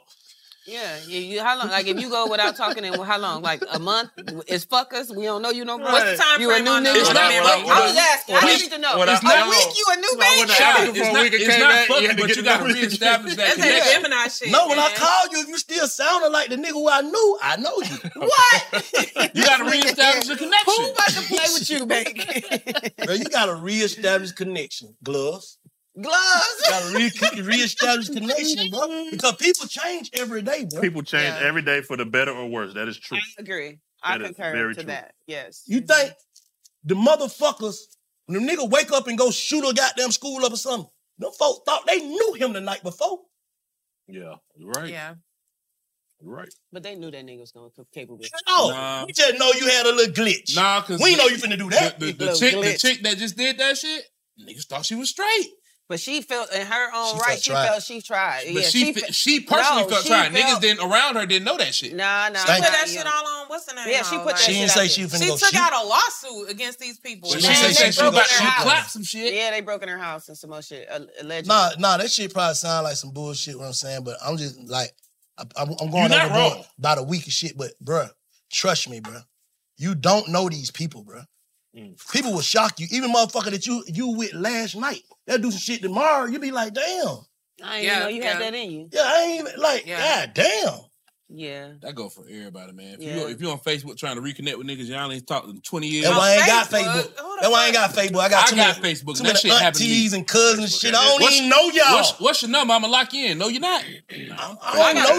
S15: Yeah, you, you how long? Like if you go without talking, in how long? Like a month? It's fuck us. We don't know you no more.
S13: What's the time
S15: You a
S13: frame
S15: new
S13: on
S15: nigga.
S13: that? What I-
S15: I,
S13: what I- what I-
S15: was asking. I
S13: what I-
S15: need to know.
S13: what I-
S15: It's
S13: what I-
S15: a week. You a new
S13: I
S15: man.
S13: wouldn't have shot it before a week
S12: It's not fuck you, but you gotta reestablish that
S15: That's that
S12: connection.
S15: Gemini shit.
S16: No, when I
S15: man.
S16: called you, if you still sounded like the nigga who I knew, I know you. what?
S12: you gotta reestablish a connection.
S16: Who about to play with you, baby? Bro, you gotta reestablish connection. Gloves.
S15: Gloves. Mm-hmm.
S16: You gotta re- reestablish connection, bro. Because people change every day, bro.
S14: People change every day for the better or worse. That is true.
S15: agree. I
S14: That is
S15: concur
S14: very
S15: to
S14: true.
S15: that. Yes.
S12: Mm-hmm.
S16: You think the motherfuckers, when them nigga wake up and go shoot a goddamn school up or something, them folks thought they knew him the night before.
S14: Yeah. You're right.
S15: Yeah.
S14: You're right.
S15: But they knew that nigga was gonna cook capable.
S16: No, we just know you had a little glitch.
S12: Nah, cause
S16: we know you finna do that.
S12: The, the chick, the chick that just did that shit, niggas thought she was straight.
S15: But she felt in her own
S12: She
S15: right.
S12: felt
S15: She
S12: tried.
S15: felt she tried.
S12: But
S15: yeah,
S12: she,
S15: fe-
S12: fe- she personally
S15: No,
S12: felt
S15: she
S12: tried.
S15: felt-
S12: Niggas didn't around her didn't know that shit.
S15: Nah, nah.
S12: She
S15: I'm
S12: put
S15: not
S12: that
S15: young.
S12: shit
S13: all on what's the name?
S15: Yeah, she
S13: on,
S15: put
S13: like-
S15: that
S16: She
S15: shit
S16: didn't
S15: out
S16: say
S15: there.
S16: she was finna
S13: She
S16: go
S13: took
S16: shoot.
S13: out a lawsuit against these people.
S16: She didn't say she was finna go shoot.
S15: some shit. Yeah, they broke in her house and some more shit. uh, al- Allegedly.
S16: Nah, nah, that shit probably sound like some bullshit. What I'm saying, but I'm just like, I, am I'm
S12: You're
S16: going
S12: not
S16: overboard
S12: wrong.
S16: about a week of shit. But bruh, trust me, bruh, you don't know these people, bruh.
S14: Mm.
S16: People will shock you. Even motherfucker that you you with last night, they'll do some shit tomorrow. You be like, damn.
S15: I didn't
S12: Yeah,
S15: know you had
S12: yeah.
S15: that in you.
S16: Yeah, I ain't even like,
S12: Yeah.
S16: god damn.
S15: Yeah.
S12: That go for everybody, man. If
S16: Yeah.
S12: you if you on Facebook trying to reconnect with niggas, y'all ain't talked in twenty years.
S16: That's why I ain't got Facebook. That's why I ain't got Facebook. I got
S12: I
S16: too
S12: got
S16: many,
S12: Facebook. That
S16: Too many
S12: shit happened to me.
S16: aunties and cousins and shit. I don't
S12: What's-
S16: even know y'all.
S12: What's, what's your number? I'ma lock you in. No, you're not.
S16: I don't
S13: got
S16: know
S13: Facebook, But
S16: y'all,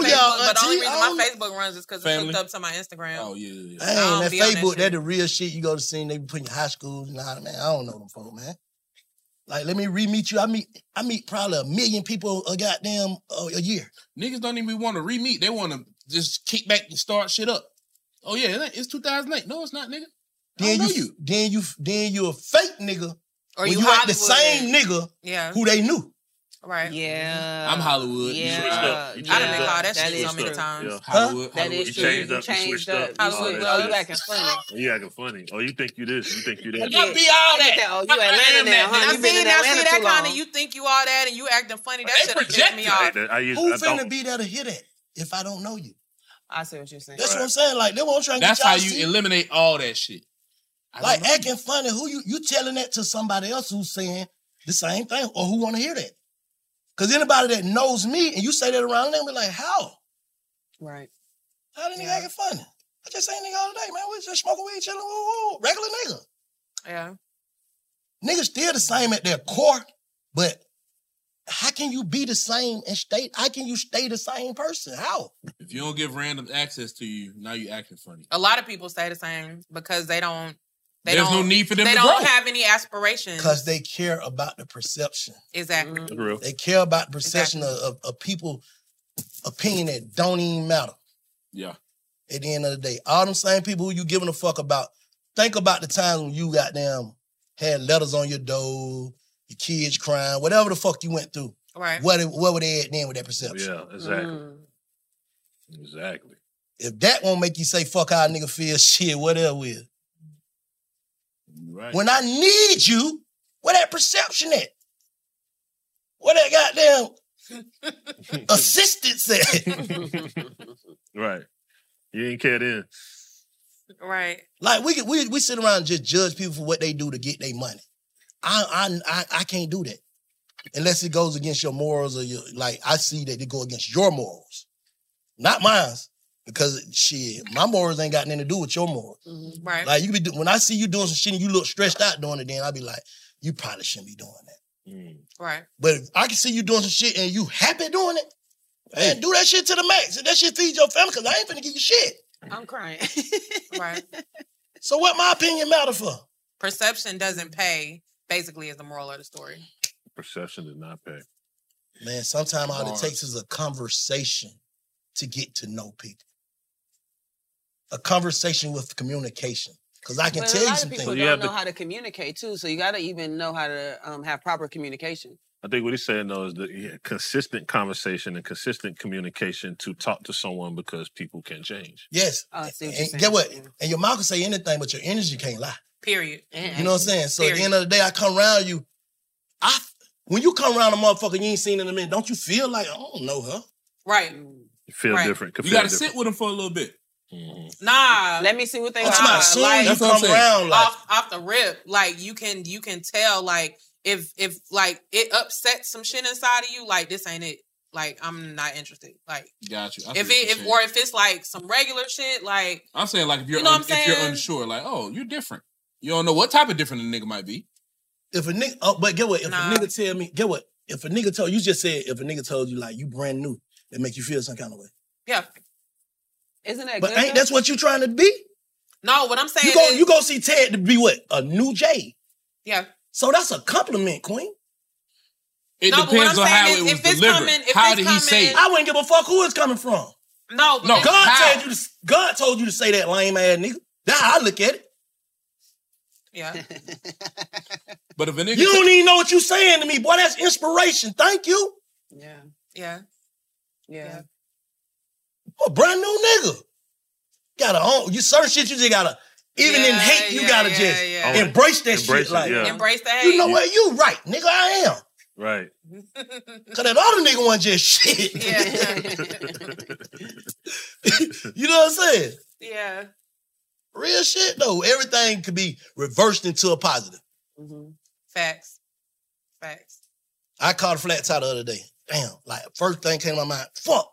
S13: the only
S16: auntie.
S13: reason
S16: I
S13: my Facebook runs is because it's
S16: Family.
S13: hooked up to my Instagram. Oh
S12: yeah, yeah.
S16: Hey, that Facebook, that, the real shit you go to see. and They be putting in high schools and all that, man. I don't know them folk, man. Like, let me re-meet you. I meet, I meet probably a million people a goddamn uh, a year.
S12: Niggas don't even want to re-meet. They want to just kick back and start shit up. Oh yeah, it ain't- it's 2008. No, it's not, nigga.
S16: Then you, then you, then you a fake nigga.
S12: Or
S16: when
S12: you
S16: you ain't the
S12: Hollywood.
S16: same nigga
S13: Yeah.
S16: who they knew.
S13: Right.
S15: Yeah.
S12: I'm Hollywood. You
S15: Yeah.
S12: switched up. You
S13: I
S12: changed
S13: done been
S12: up.
S13: called that
S12: You
S13: shit so
S12: switched
S13: many
S12: up.
S13: times.
S12: Yeah. Hollywood.
S13: That is
S12: Hollywood.
S14: You
S13: true.
S14: changed up. You
S13: Changed
S14: switched
S13: up.
S14: up.
S13: I was
S14: all
S13: like,
S14: that
S13: well,
S14: shit.
S13: you acting funny.
S14: You acting funny. Oh, you think you this? You think you that?
S13: Yeah.
S15: Oh, you
S13: I- I
S15: Atlanta now,
S13: am that
S15: huh?
S13: nigga.
S15: You been
S13: see,
S15: in
S13: now
S15: Atlanta
S13: see that
S15: too
S13: kind
S15: long.
S13: of you think you all that and you acting funny. That shit pissed me off.
S14: I used-
S16: who
S14: I
S16: finna
S14: don't-
S16: be there to hear that if I don't know you?
S15: I see what you're saying.
S16: That's what I'm saying. Like, they won't try to
S12: That's
S16: get y'all
S12: how
S16: to
S12: you
S16: see.
S12: eliminate all that shit.
S16: Like acting funny. Who you you telling that to somebody else who's saying the same thing or who want to hear that? Because anybody that knows me and you say that around, they'll be like, how?
S15: Right.
S16: How the nigga acting funny? I just seen nigga all day, man. We just smoking weed, chilling, woo, woo, regular nigga.
S15: Yeah.
S16: Niggas still the same at their core, but how can you be the same and stay? How can you stay the same person? How?
S12: If you don't give random access to you, now you acting funny.
S13: A lot of people stay the same because they don't. They
S12: There's
S13: don't,
S12: no need for them
S13: They
S12: to
S13: don't
S12: grow.
S13: have any aspirations.
S16: Because they care about the perception.
S13: Exactly. Mm-hmm.
S16: They care about the perception of, of, of people opinion that don't even matter.
S12: Yeah.
S16: At the end of the day, all them same people who you giving a fuck about, think about the times when you got them had letters on your door, your kids crying, whatever the fuck you went through.
S13: Right.
S16: What what were they at then with that perception?
S14: Yeah, exactly. Exactly.
S16: If that won't make you say fuck how a nigga feel, shit, what else will?
S14: Right.
S16: When I need you, where that perception at? Where that goddamn assistance at?
S14: Right. You ain't care then.
S13: Right.
S16: like we can- we we sit around and just judge people for what they do to get their money. I I I, I can't do that unless it goes against your morals or your like. I see that it go against your morals, not mine. Because shit, my morals ain't got nothing to do with your morals.
S13: Right.
S16: Like you be do- when I see you doing some shit and you look stressed out doing it, then I'll be like, you probably shouldn't be doing that.
S13: Right.
S16: But if I can see you doing some shit and you happy doing it, man, do that shit to the max. If that shit feeds your family, because I ain't finna give you shit.
S13: I'm crying. right.
S16: So what my opinion matter for?
S13: Perception doesn't pay. Basically, is the moral of the story.
S14: Perception does not pay.
S16: Man, sometimes all it
S14: Bars.
S16: takes is a conversation to get to know people. A conversation with communication. Because I can
S15: But
S16: tell
S15: a
S16: you
S15: lot
S16: some
S15: of people
S16: things.
S15: don't know how to communicate too, so you got to even know how to um, have proper communication.
S14: I think what he's saying though is the yeah, consistent conversation and consistent communication to talk to someone because people can change.
S16: Yes.
S13: Oh,
S16: and get what? And your mouth can say anything, but your energy can't lie.
S13: Period.
S16: You know what I'm saying? So at the
S13: Period.
S16: end of the day, I come around you. I when you come around a motherfucker you ain't seen in a minute, don't you feel like I don't know her?
S13: Right.
S14: You feel
S13: Right.
S14: different. could
S12: You
S14: feel
S12: gotta
S14: different.
S12: sit with them for a little bit.
S15: Mm-hmm.
S13: Nah. Let me see what they
S12: I'm talking about soon you That's what come I'm saying. around, like-
S13: off, off the rip. Like you can you can tell like if if like it upsets some shit inside of you, like this ain't it. Like I'm not interested. Like
S12: Got you. I see
S13: if
S12: what you're
S13: it if
S12: saying.
S13: or if it's like some regular shit, like
S12: I'm saying like if you're
S13: You know
S12: un-
S13: what I'm
S12: if you're
S13: saying?
S12: unsure, like oh you're different. You don't know what type of different a nigga might be.
S16: If a nigga, oh, but get what? If a nigga tell me, get what? If a nigga told you just said, if a nigga told you like you brand new, it make you feel some kind of way.
S13: yeah.
S15: Isn't that
S16: But ain't that's what you trying to be?
S13: No, what I'm saying
S16: You go,
S13: is-
S16: you go see Ted to be what a new Jay.
S13: yeah.
S16: So that's a compliment, Queen.
S12: It No, but what depends I'm on how saying is it if was it's delivered. coming- if How it's did he say coming- it?
S16: I wouldn't give a fuck who it's coming from.
S13: No,
S16: no. God told you. To, s- God told you to say that lame ass nigga. That's how I look at it.
S13: Yeah.
S12: But if a nigga
S16: You don't even know what you saying to me, boy. That's inspiration. Thank you.
S15: Yeah.
S13: Yeah.
S15: Yeah.
S16: A brand new nigga. Gotta own you certain shit you just gotta even in
S13: Yeah,
S16: hate, you
S13: yeah,
S16: gotta
S13: yeah,
S16: just Oh,
S13: yeah.
S14: Own it.
S16: embrace that
S14: Embrace
S16: shit.
S14: it,
S16: like
S14: yeah.
S13: Embrace the
S16: You
S13: hate.
S16: know what? You right, nigga. I am.
S14: Right.
S16: Cause that other nigga want just shit. you know what I'm saying?
S13: Yeah.
S16: Real shit though. Everything could be reversed into a positive.
S13: Mm-hmm. Facts. Facts.
S16: I caught a flat tire the other day. Damn, like first thing came to my mind, fuck.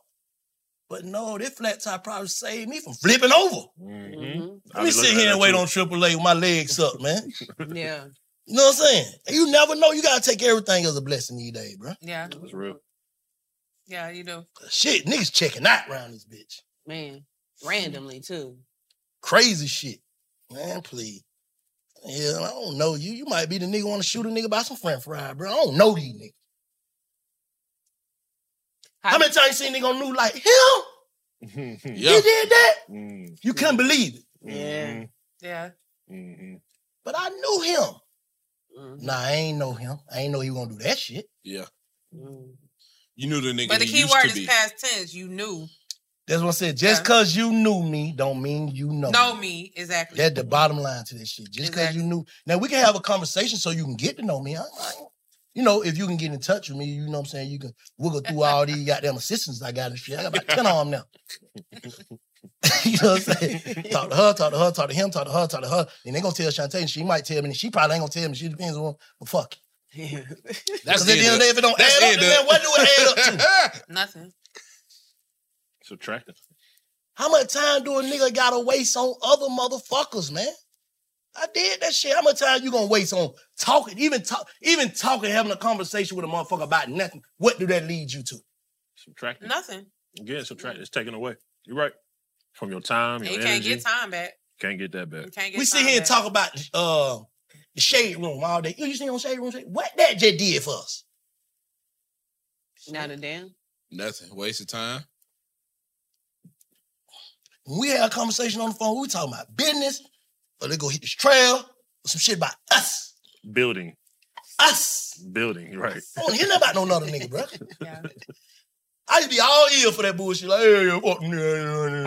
S16: But no, this flat tire probably saved me from flipping over.
S14: Mm-hmm.
S16: Let me sit here and wait on AAA with my legs up, man.
S15: Yeah.
S16: You know what I'm saying? You never know. You gotta take everything as a blessing these days, bro.
S13: Yeah.
S14: That's real.
S13: Yeah, you do.
S16: Shit, niggas checking out around this bitch.
S15: Man. Randomly too.
S16: Crazy shit. Man, please. Yeah, I don't know you. You might be the nigga want to shoot a nigga by some french fry, bro. I don't know these niggas. How, many times you seen nigga on new like him? He did that?
S14: Mm.
S16: You couldn't believe it.
S14: Mm-hmm.
S15: Yeah.
S13: Yeah.
S12: Mm-hmm.
S16: But I knew him. Nah, I ain't know him. I ain't know he gonna do that shit.
S12: Yeah. You knew the nigga.
S13: But the
S12: he
S13: key
S12: used
S13: word
S12: to
S13: is
S12: be.
S13: past tense. You knew.
S16: That's what I said. Just cause you knew me don't mean you know.
S13: Know
S16: me.
S13: me. Exactly.
S16: That's the bottom line to this shit. Just because you knew. Now we can have a conversation so you can get to know me. I, I, you know, if you can get in touch with me, you know what I'm saying. You can wiggle through all these goddamn assistants I got and shit. I got about ten of them now. you know what I'm saying? talk to her, talk to her, talk to him, talk to her, talk to her. And they gonna tell Shantae, and she might tell me, and she probably ain't gonna tell me. She depends on. But fuck. it. Because at the end of the day, if it don't
S12: That's
S16: add up,
S12: it,
S16: then man, what do it add up to?
S13: Nothing.
S14: Subtract it.
S16: How much time do a nigga gotta waste on other motherfuckers, man? I did that shit. How much time you gonna waste on talking, even talk, even talking, having a conversation with a motherfucker about nothing? What do that lead you to?
S14: Subtract it.
S13: Nothing.
S14: Again, subtract. It's taken away. You're right. From your time, your
S13: You
S14: energy.
S13: can't get time back.
S14: Can't get that back.
S13: You can't get
S16: We sit
S13: time
S16: here and
S13: back.
S16: talk about uh, the shade room all day. You see on shade room? Shade? What that just did for us?
S15: Not a damn.
S12: Nothing. Waste of time.
S16: When we had a conversation on the phone, we were talking about business, or they go hit this trail, or some shit about us.
S14: Building.
S16: Us.
S14: Building. You're right.
S16: I don't hear nothing about no another nigga, bro. I used to be all ear for that bullshit. Like, hey, yeah, fuck, yeah,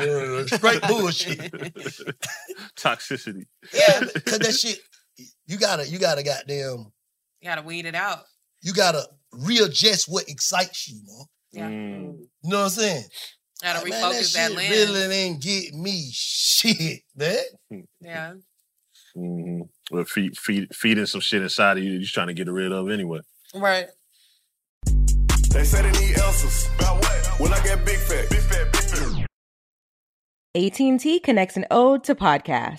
S16: yeah, yeah, yeah." straight bullshit.
S14: Toxicity.
S16: Yeah, cause that shit, you gotta, you gotta goddamn,
S13: You gotta weed it out.
S16: you gotta readjust what excites you, man.
S13: Yeah.
S16: You know what I'm saying?
S13: Gotta
S16: Like, man,
S13: refocus that,
S16: shit
S13: lens.
S16: Really didn't get me shit, man.
S13: Yeah.
S14: Mm-hmm. Well, feed, feed, feeding some shit inside of you that you're trying to get rid of anyway.
S13: Right.
S11: They said they need answers. About what? Well, I got big fat. Big fat, big fat.
S21: AT&T connects an ode to podcast.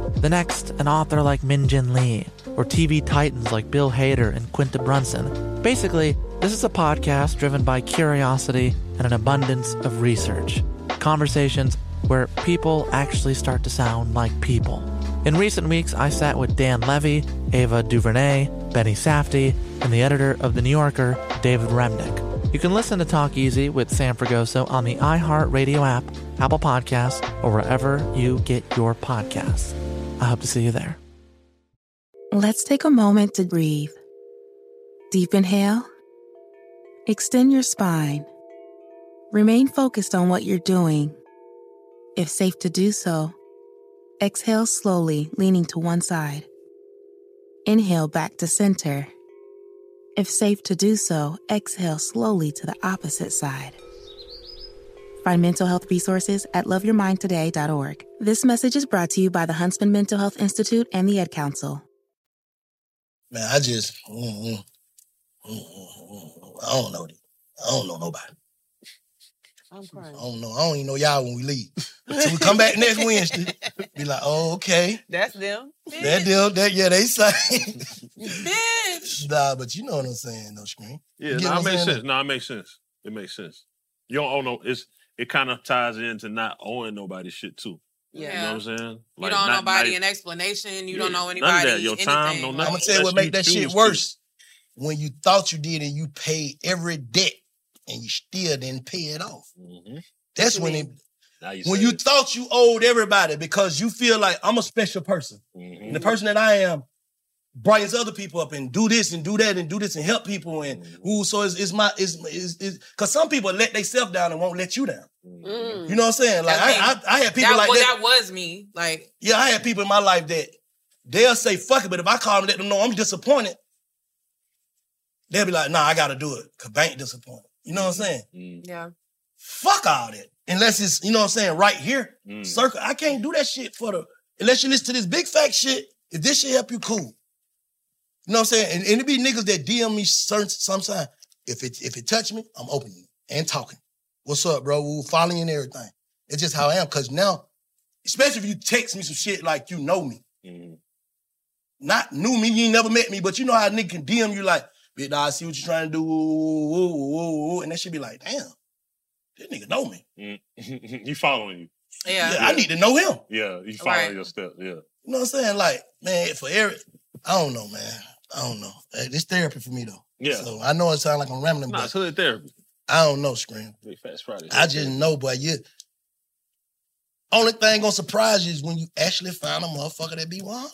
S17: the next, an author like Min Jin Lee, or TV titans like Bill Hader and Quinta Brunson. Basically, this is a podcast driven by curiosity and an abundance of research. Conversations where people actually start to sound like people. In recent weeks, I sat with Dan Levy, Ava DuVernay, Benny Safdie, and the editor of The New Yorker, David Remnick. You can listen to Talk Easy with Sam Fragoso on the iHeartRadio app, Apple Podcasts, or wherever you get your podcasts. I hope to see you there.
S22: Let's take a moment to breathe. Deep inhale. Extend your spine. Remain focused on what you're doing. If safe to do so, exhale slowly, leaning to one side. Inhale back to center. If safe to do so, exhale slowly to the opposite side. Find mental health resources at loveyourmindtoday.org. This message is brought to you by the Huntsman Mental Health Institute and the Ed Council.
S16: Man, I just, mm, mm, mm, mm, mm, I don't know. I don't know nobody.
S15: I'm crying.
S16: I don't know. I don't even know y'all when we leave. So we come back next Wednesday. Be like, oh, okay.
S15: That's them.
S16: That deal, that yeah, they say.
S15: Bitch.
S16: nah, but you know what I'm saying, though, Screen.
S14: Yeah, no, it makes sense. No, it makes sense. It makes sense. You don't owe no. It's it kind of ties into not owing nobody shit too.
S13: Yeah.
S14: you know what I'm saying.
S13: you don't know
S14: not-
S13: nobody
S14: not-
S13: an explanation. You don't know
S14: none of
S13: anybody.
S14: that. Your time,
S13: anything.
S14: no
S13: Like,
S16: I'm gonna tell you what
S14: unless
S16: make that
S14: you
S16: shit
S14: choose
S16: worse. When you thought you did and you paid every debt and you still didn't pay it off. That's when it
S14: Mm-hmm. Now you
S16: when
S14: say
S16: you
S14: it.
S16: thought you owed everybody because you feel like I'm a special person.
S14: Mm-hmm.
S16: And the
S13: Mm-hmm.
S16: person that I am brightens other people up and do this and do that and do this and help people and
S13: Mm-hmm.
S16: ooh, so it's, it's my it's is because some people let themselves down and won't let you down.
S13: Mm.
S16: You know what I'm saying? Like I, I, I had people
S13: that,
S16: like
S13: well,
S16: that.
S13: that was me. Like
S16: Yeah, I had people in my life that they'll say fuck it, but if I call them, let them know I'm disappointed, they'll be like, nah, I gotta do it. Cause bank disappointed. You know what I'm
S13: Mm-hmm.
S16: saying?
S12: Mm.
S13: yeah.
S16: Fuck all that. Unless it's, you know what I'm saying, right here. Circle. I can't do that shit for the unless you listen to this big fact shit. If this shit help you, cool. You know what I'm saying? And, and it be niggas that DM me certain sometimes. If it if it touch me, I'm opening it and talking. What's up, bro? We're following and everything. It's just how I am. Cause now especially if you text me some shit like you know me. Not knew me, you ain't never met me, but you know how a nigga can DM you like, bitch, nah, I see what you're trying to do, woo, woo, woo, woo, woo," and that should be like, damn, this nigga know me.
S14: Mm-hmm. you following you.
S16: Yeah, I need to know him.
S14: Yeah, you following
S16: Right.
S14: your step. Yeah.
S16: You know what I'm saying? Like, man, for every, I don't know, man. I don't know. Uh, This therapy for me though.
S14: Yeah.
S16: So I know it sounds like I'm rambling,
S14: Nah, it's
S16: but
S14: hood therapy.
S16: I don't know, Scream.
S14: Big Fast Friday.
S16: I just know, boy. You only thing gonna surprise you is when you actually find a motherfucker that be one.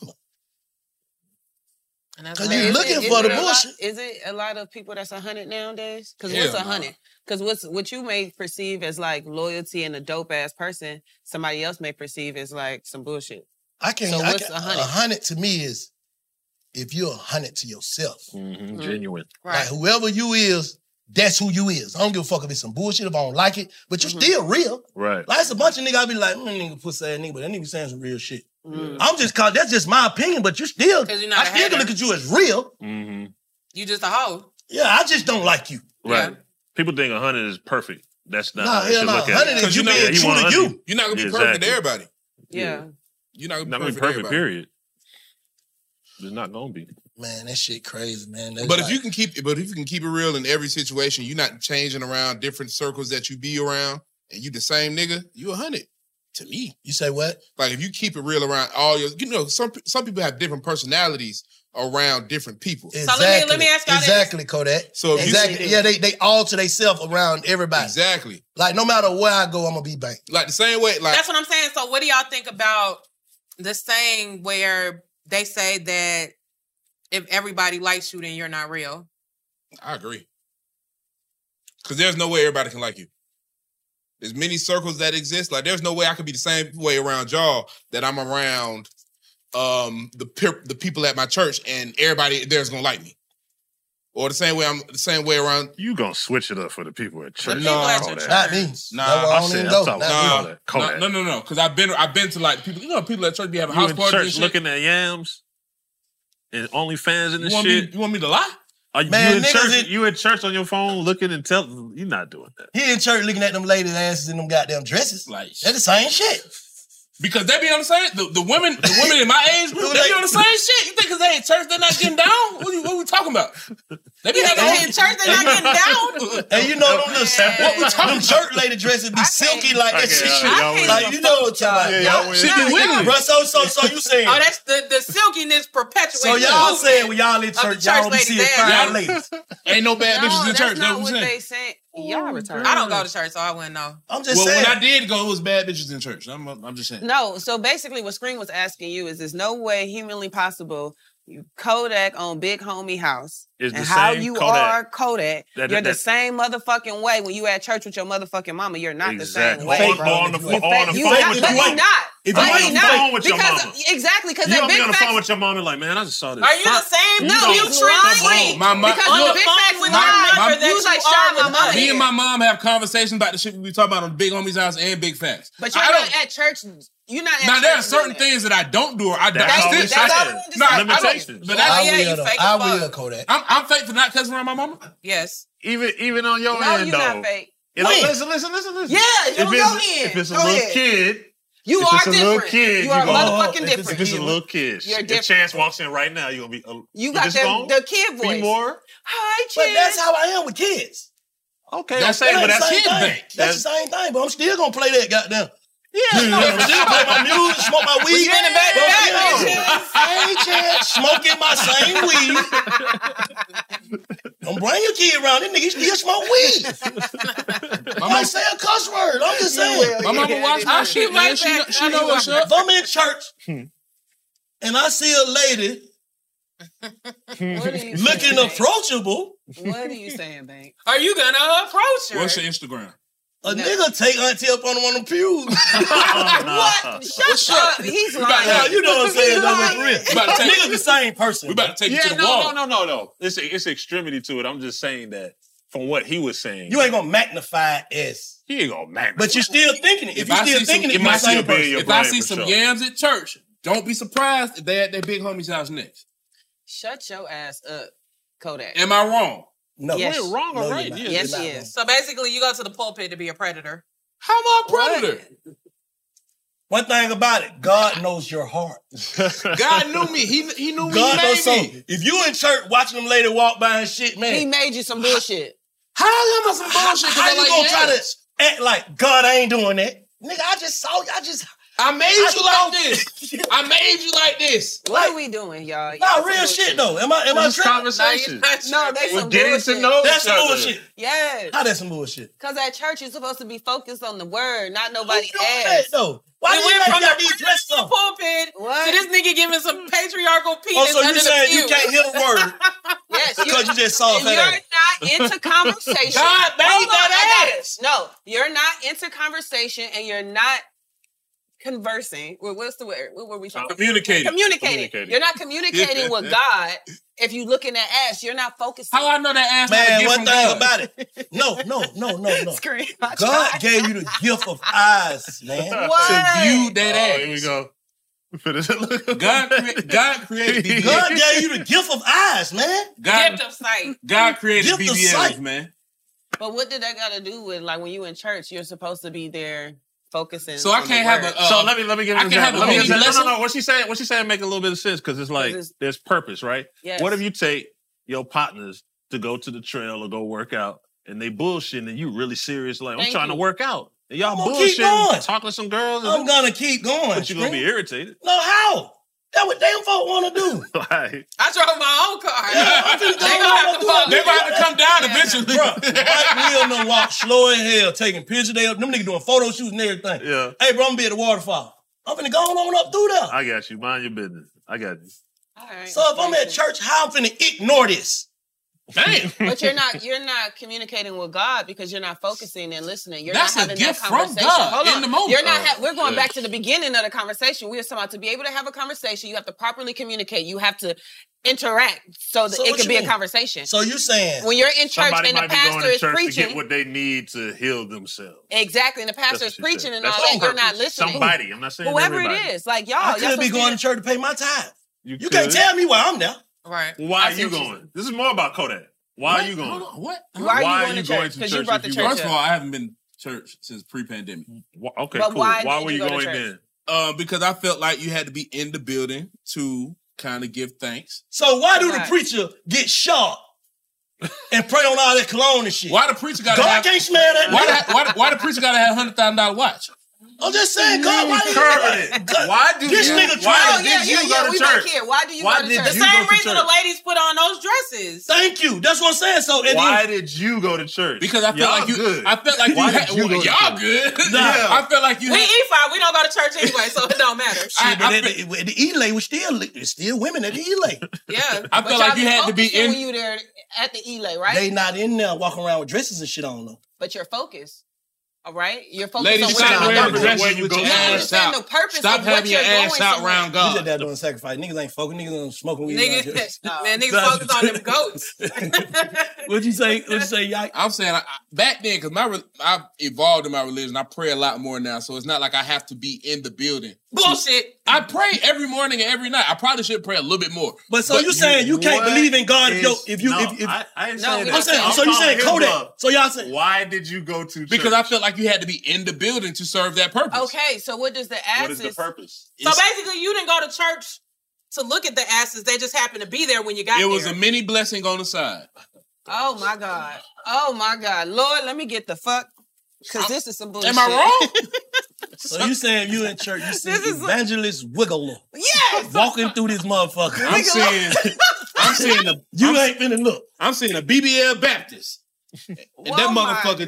S13: And that's
S16: 'Cause
S13: like-
S16: you
S13: Is
S16: looking
S13: it-
S16: for
S13: is it
S16: the
S13: a lot-
S16: bullshit.
S15: Is it a lot of people that's a hundred nowadays? Because
S13: Hell
S15: what's a
S13: nah.
S15: hundred? Because what's what you may perceive as like loyalty and a dope ass person, somebody else may perceive as like some bullshit.
S16: I can't.
S15: So
S16: I
S15: what's
S16: can't-
S15: a hundred?
S16: A hundred to me is if you're a hundred to yourself,
S15: Mm.
S13: Mm-hmm.
S14: Mhm, genuine.
S16: Like whoever you is, that's who you is. I don't give a fuck if it's some bullshit if I don't like it, but
S15: Mm-hmm.
S16: you still real.
S14: Right.
S16: Like it's a bunch of nigga. I be like, mm, nigga, pussy ass nigga, but that nigga saying some real shit.
S13: Mm.
S16: I'm just cause that's just my opinion, but you still,
S13: you're not
S16: I
S13: a
S16: still can
S13: hater.
S16: look at you as real.
S14: Mm-hmm.
S13: You just a hoe.
S16: Yeah, I just don't like you.
S14: Right. People think 100 is perfect. That's not
S16: Nah,
S14: how they
S16: hell
S14: should
S16: nah.
S14: look at
S16: 100
S14: it.
S16: is you being
S14: Yeah, he
S16: true to
S14: 100.
S16: you.
S12: You're not gonna be
S14: Yeah,
S12: perfect to
S14: exactly.
S12: everybody.
S15: Yeah.
S12: You're not gonna be
S14: Not going to be
S12: perfect.
S14: perfect,
S12: to everybody.
S14: period. It's not going to be.
S16: Man, that shit crazy, man. That's
S12: But if
S16: like-
S12: you can keep, but if you can keep it real in every situation, you're not changing around different circles that you be around, and you the same nigga, you a hundred to me.
S16: You say what?
S12: Like if you keep it real around all your, you know, some some people have different personalities around different people.
S16: Exactly. Exactly, Kodak.
S12: So if you-
S16: exactly, yeah, they they alter themselves around everybody.
S12: Exactly.
S16: Like no matter where I go, I'm gonna be banked.
S12: Like the same way,
S13: That's what I'm saying. So what do y'all think about the saying where they say that if everybody likes you, then you're not real?
S12: I agree. Because there's no way everybody can like you. There's many circles that exist. Like there's no way I could be the same way around y'all that I'm around um the pe- the people at my church and everybody there's gonna like me. Or the same way I'm the same way around.
S14: You gonna switch it up for the people at church.
S12: No,
S14: people at your church. Not me. That's
S12: Nah,
S14: why I I don't said even I'm go. talking Not about me. that. Call
S12: no,
S14: that.
S12: no, no, no. Because I've been I've been to like people. You know, people at church be having
S14: You
S12: house
S14: in
S12: parties. and
S14: church
S12: shit.
S14: looking at yams and OnlyFans and
S12: You
S14: this
S12: want me-
S14: shit.
S12: you want me to lie?
S14: Are you,
S16: Man,
S14: you in
S16: niggas
S14: church? you in church on your phone looking and telling? You're not doing that.
S16: He in church looking at them ladies' asses in them goddamn dresses.
S12: Like
S16: that's the same shit.
S12: Because they be on the same the, the women the women in my age group they be on the same shit. You think 'cause they in church they're not getting down? What are, you, what we talking about? They be
S13: You think
S12: having-
S13: they in church, they're not getting down?
S16: And you know them little
S12: What we talking
S16: them church lady dresses be silky like that
S12: Okay,
S16: shit.
S12: y'all- y'all
S16: Like,
S12: win.
S16: you know what y'all
S12: Yeah,
S16: like.
S12: y'all
S16: y'all
S12: win.
S16: shit
S12: Nah,
S16: be
S12: y'all-
S16: wiggly. Bro, so so so you saying.
S13: Oh, that's the, the silkiness perpetuates.
S16: so y'all saying when y'all in church, y'all be seeing fine ladies.
S12: Ain't no bad
S13: No,
S12: bitches in
S13: that's
S12: church.
S13: not
S12: That's
S13: what
S12: what I'm
S13: they
S12: saying.
S13: saying. Y'all retarded.
S12: girl.
S13: I don't go to church, so I wouldn't know.
S16: I'm
S12: well, when I did go, it was bad bitches in church. I'm, I'm just saying.
S15: No, so basically what Screen was asking you is there's no way humanly possible you Kodak on Big Homie House.
S14: Is the
S15: and how
S14: same
S15: you
S14: Kodak.
S15: are Kodak,
S14: That-
S15: you're the
S14: that-
S15: same motherfucking way when you at church with your motherfucking mama. You're not
S14: Exactly.
S15: the same way.
S14: Or-
S15: bro.
S14: or on the-
S15: You
S14: or on the
S15: you
S14: phone
S15: not-
S14: with
S15: but
S14: your
S15: you
S14: mama.
S15: not.
S14: If
S15: But
S14: you on
S15: you
S14: the
S15: not.
S14: phone with your
S15: Because-
S14: mama.
S15: Exactly, because
S14: you
S15: that
S14: don't
S15: big
S14: be on the
S15: facts-
S14: phone with your mom and like, man, I just saw this.
S15: Are you the same? No, you tricking.
S12: My mom-
S15: Because the
S12: Look,
S15: big facts with
S12: my-
S15: my
S12: my-
S15: mother, you was like, shot my mama.
S12: Me and my mom have conversations about the shit we be talking about on Big Homies House and Big Facts.
S15: But
S12: I
S15: you're
S12: don't.
S15: not at church. You're not at
S12: Now
S15: church
S12: there are
S15: doing
S12: certain
S15: that.
S12: things that I don't do or I don't.
S14: That's
S12: I
S14: all we
S12: still-
S14: said.
S12: I still- Nah, I don't-
S14: Limitations.
S12: But that's
S16: I will, though. I will, Kodak.
S12: I'm, I'm faithful not cussing around my mama.
S15: Yes.
S14: Even even on your
S15: No,
S14: end,
S15: you're
S14: though.
S15: not fake.
S14: It's-
S13: When?
S14: Listen, listen, listen, listen.
S13: Yeah,
S14: If
S13: don't
S14: it's-
S13: go in.
S14: If it's a
S13: Go
S14: little
S13: ahead.
S14: kid,
S13: You
S14: if
S13: are
S14: it's a little
S13: different.
S14: kid,
S13: You are
S14: gonna-
S13: motherfucking
S14: if it's-
S13: different.
S14: If it's a little kid,
S13: You're
S14: if
S13: different.
S14: Chance walks in right now, you're gonna be. uh,
S13: You
S14: with
S13: got
S14: this
S13: the-
S14: phone,
S13: the kid
S14: Be
S13: voice.
S14: more.
S13: Hi,
S16: But that's how I am with kids.
S14: Okay, I'm saying,
S16: ain't
S14: but
S16: the
S14: that's
S16: same
S14: kid
S16: thing.
S14: bank.
S16: That's the same thing, but I'm still gonna play that goddamn.
S14: Yeah,
S16: you know, I'm still play my music, smoke my
S13: We
S16: weed.
S13: been in back to
S16: but,
S13: back,
S16: you know,
S13: bitches.
S16: I ain't chance smoking my same weed. Don't bring your kid around. This nigga still smoke weed. I don't say a cuss word. I'm just saying.
S2: My mama watch my shit, man. She, kn- she know what's up.
S16: If I'm in church
S14: Hmm.
S16: and I see a lady looking approachable,
S13: What are you saying, Bank?
S15: Are you gonna approach her?
S12: What's your Instagram?
S16: a nigga take auntie up on one of them pews.
S12: What?
S13: Shut up. He's lying.
S16: Nah, you know what I'm saying? though, for real.
S14: We about to take-
S16: Niggas the same person.
S14: We about to take
S16: yeah,
S14: you to the
S16: no,
S14: wall.
S16: No, no.
S14: no, no, no. It's it's extremity to it. I'm just saying that from what he was saying,
S16: You ain't gonna magnify S.
S14: he ain't gonna magnify.
S16: But you're still thinking it. If,
S14: If
S16: you're
S14: I
S16: still
S14: see some-
S16: thinking it,
S14: if
S16: you're
S14: I
S16: the
S14: see a
S16: same
S14: bill,
S16: person.
S14: you're
S2: If I see
S14: for
S2: some
S14: sure.
S2: yams at church, don't be surprised if they at their big homie's house next.
S15: Shut your ass up, Kodak.
S2: Am I wrong?
S16: No.
S15: Yes.
S2: We're wrong or right? Yeah,
S15: yes,
S2: you're
S15: she
S2: not
S15: is. So basically, you go to the pulpit to be a predator.
S2: How am I a predator?
S16: One thing about it, God knows your heart.
S2: God knew me. He he knew
S16: God
S2: me.
S16: knows so. If you in church watching them lady walk by and shit, man.
S15: He made you some bullshit.
S2: How am I some bullshit? 'Cause
S16: How
S2: I
S16: you
S2: like
S16: gonna try to
S2: yams.
S16: act like God I ain't doing that? Nigga, I just saw you. I just
S2: I made
S16: I
S2: you like this. I made you like this.
S15: What are we doing, y'all? Y'all
S16: Nah,
S15: some
S16: real
S15: bullshit.
S16: shit though. Am I am I
S14: This is
S16: tripping?
S14: conversation.
S15: No, they some bullshit.
S16: That's some bullshit.
S15: Yes.
S16: How that's some bullshit.
S15: Because at church, you're supposed to be focused on the word, not nobody
S16: Who doing
S15: ass.
S16: that, though? Why
S15: We
S16: you
S15: went
S16: let
S15: from
S16: y'all
S15: the
S16: be dressed
S15: The
S16: up?
S15: pulpit.
S13: What?
S15: So this nigga giving some patriarchal penis
S16: Oh, so
S15: under
S16: you
S15: the
S16: saying you
S15: pew.
S16: can't hear the word
S15: Yes, you-
S16: because you just saw
S15: you're
S16: that?
S15: not into conversation.
S16: God made
S15: Hold on,
S16: that
S15: I got it. No, you're not into conversation, and you're not conversing. Well, What's the word? What were we talking? about?
S2: Communicating.
S15: Communicating.
S2: Communicating.
S15: You're not communicating with God if you looking at ass. You're not focusing.
S2: How I know that ass not a
S16: Man,
S2: gift
S16: one
S2: from
S16: thing
S2: God?
S16: about it. No, no, no, no, no.
S15: Scream.
S16: God gave you the gift of eyes, man.
S15: What?
S2: To view that
S14: Oh,
S2: ass.
S14: here we go.
S2: God, cre- God created BBL.
S16: God gave you the gift of eyes, man.
S2: God,
S15: Gift of sight.
S2: God created
S16: Gift of
S2: BBLs,
S16: sight.
S2: man.
S15: But what did that got to do with like when you in church? You're supposed to be there focusing.
S2: So I
S15: on
S2: can't
S15: the
S2: have
S15: word.
S2: a, uh,
S14: so let me let me give
S2: I
S14: an
S2: can have
S14: example.
S2: a
S14: Let me
S2: homie
S14: give an example. No, no,
S2: lesson.
S14: no. What she saying? What she saying? Make a little bit of sense because it's like
S15: This is-
S14: there's purpose, right?
S15: Yes.
S14: What if you take your partners to go to the trail or go work out, and they bullshitting, and you really serious? Like I'm
S16: Thank
S14: trying to
S16: you.
S14: work out, and y'all
S16: I'm gonna keep going.
S14: bullshitting, talking to some girls. and-
S16: I'm gonna keep going.
S14: but you're gonna be
S16: Scream.
S14: irritated.
S16: No, how? That what damn folk wanna do.
S14: like,
S15: I drove my own car.
S16: I'm
S15: they
S16: finna go
S15: gonna have to
S16: do that.
S15: fuck.
S2: They gonna have to come down eventually.
S16: Bruh, Mike Will done walk slow as hell, taking pictures. They them niggas doing photo shoots and everything.
S14: Yeah.
S16: Hey, bro, I'm gonna be at the waterfall. I'm finna go on up through there.
S14: I got you. Mind your business. I got you.
S16: So if I'm at church, how I'm finna ignore this?
S2: Damn.
S15: But you're not you're not communicating with God because you're not focusing and listening. You're
S2: That's a
S15: not having
S2: gift
S15: that
S2: from
S15: conversation.
S2: God
S15: Hold
S2: in
S15: on.
S2: the moment.
S15: You're not.
S2: Oh,
S15: Ha- we're going
S2: yeah.
S15: back to the beginning of the conversation. We are talking about to be able to have a conversation. You have to properly communicate. You have to interact so that
S16: So
S15: it
S16: what
S15: can
S16: you
S15: be a
S16: mean?
S15: conversation.
S16: So you saying
S15: when you're in church
S14: Somebody
S15: and the
S14: might be going
S15: pastor
S14: to
S15: is
S14: church to
S15: preaching,
S14: get what they need to heal themselves.
S15: exactly, and the
S14: That's
S15: pastor
S14: what
S15: is
S14: she said.
S15: preaching and all
S14: That's
S15: that,
S14: on
S15: you're not
S14: purpose.
S15: listening.
S14: Somebody, I'm not saying
S15: Whoever
S14: everybody.
S15: it is, like y'all,
S16: I
S15: y'all
S16: could be
S15: supposed to
S16: going to church to pay my tithe. You,
S14: could.
S16: can't tell me where I'm now.
S15: right.
S14: Why
S15: I
S14: are
S15: see
S14: you
S15: what
S14: going? This is more about Kodak. Why are you going?
S2: Hold on, what?
S15: Why are you
S14: Why
S15: going
S14: are
S15: to
S14: you
S15: church?
S14: going to
S15: 'Cause
S14: church?
S15: you brought
S14: if
S15: the
S14: you-
S15: church
S2: First of all, I haven't been to church since pre-pandemic.
S14: Wh- Okay,
S15: But
S14: cool.
S15: why
S14: Why,
S15: did
S14: were
S15: you
S14: you
S15: go to
S14: going
S15: church?
S14: then?
S2: Uh, because I felt like you had to be in the building to kind of give thanks.
S16: So why do the
S2: Right.
S16: preacher get shot and pray on all that cologne and shit?
S2: Why the preacher got?
S16: God can't smell that.
S2: Why,
S16: nigga.
S2: the, why, the- why the preacher gotta have hundred thousand dollar watch?
S16: I'm just saying, God, why
S14: Curving
S16: do you,
S14: Why do
S16: this
S14: you-
S16: nigga
S14: why
S16: trying to
S15: Oh,
S14: did you go to
S15: we
S14: church?
S15: Back here. Why do you
S14: Why
S15: go to
S14: did
S15: church?
S14: you go to church?
S15: ladies put on those dresses.
S16: Thank you. That's what I'm saying. So and
S14: Why
S16: then,
S14: did you go to church?
S2: Because I felt
S14: Y'all
S2: like you.
S14: good.
S2: I felt like
S14: Why
S2: you.
S14: did
S2: Had,
S14: you go to
S2: y'all
S14: church?
S2: good.
S16: Nah.
S2: I felt like you.
S15: We
S2: had-
S15: E5, we don't go to church anyway, so it don't matter.
S16: Shit, but
S2: I
S16: at the, at the Elay was still it's still women at the E Elay.
S15: Yeah.
S2: I
S15: but
S2: feel
S15: y'all
S2: like you
S15: be
S2: had to be
S15: focusing
S2: in.
S15: when you
S13: E
S15: there at the Elay, right?
S16: They not in there walking around with dresses and shit on them.
S15: But you're focused
S13: All right, you're focused
S12: Ladies,
S13: on
S12: stop
S13: what
S12: wearing
S13: you're doing.
S12: dresses with your
S13: You don't
S12: ass
S13: understand
S12: out.
S13: the purpose
S12: Stop
S13: of what
S12: having your
S13: you're
S12: ass
S13: going
S12: out
S13: somewhere.
S12: round
S16: We did
S12: God.
S16: that during sacrifice. Niggas ain't fucking. Niggas ain't smoking weed. around here.
S13: Niggas, man, niggas focused on them goats.
S12: What'd you say? What'd you say? I'm saying I, I- back then, because my re- I evolved in my religion. I pray a lot more now, so it's not like I have to be in the building.
S13: Bullshit.
S12: I pray every morning and every night. I probably should pray a little bit more.
S16: But so you saying you can't believe in God if, yo, if you if, if I'm saying, so you saying Kodak?
S12: So y'all saying why did you go to? Because I felt like you had to be in the building to serve that purpose.
S13: Okay, so what does the asses?
S12: purpose?
S13: So basically, you didn't go to church to look at the asses. They just happened to be there when you got
S12: it
S13: there.
S12: was a mini blessing on the side.
S13: oh my god. Oh my god. Lord, let me get the fuck. Cause this is some bullshit.
S16: Am I wrong? So you saying you in church? You see evangelist Wiggle
S13: Yes.
S16: walking through this motherfucker.
S12: I'm seeing, I'm seeing a. You ain't finna look. I'm seeing a BBL Baptist, and that motherfucker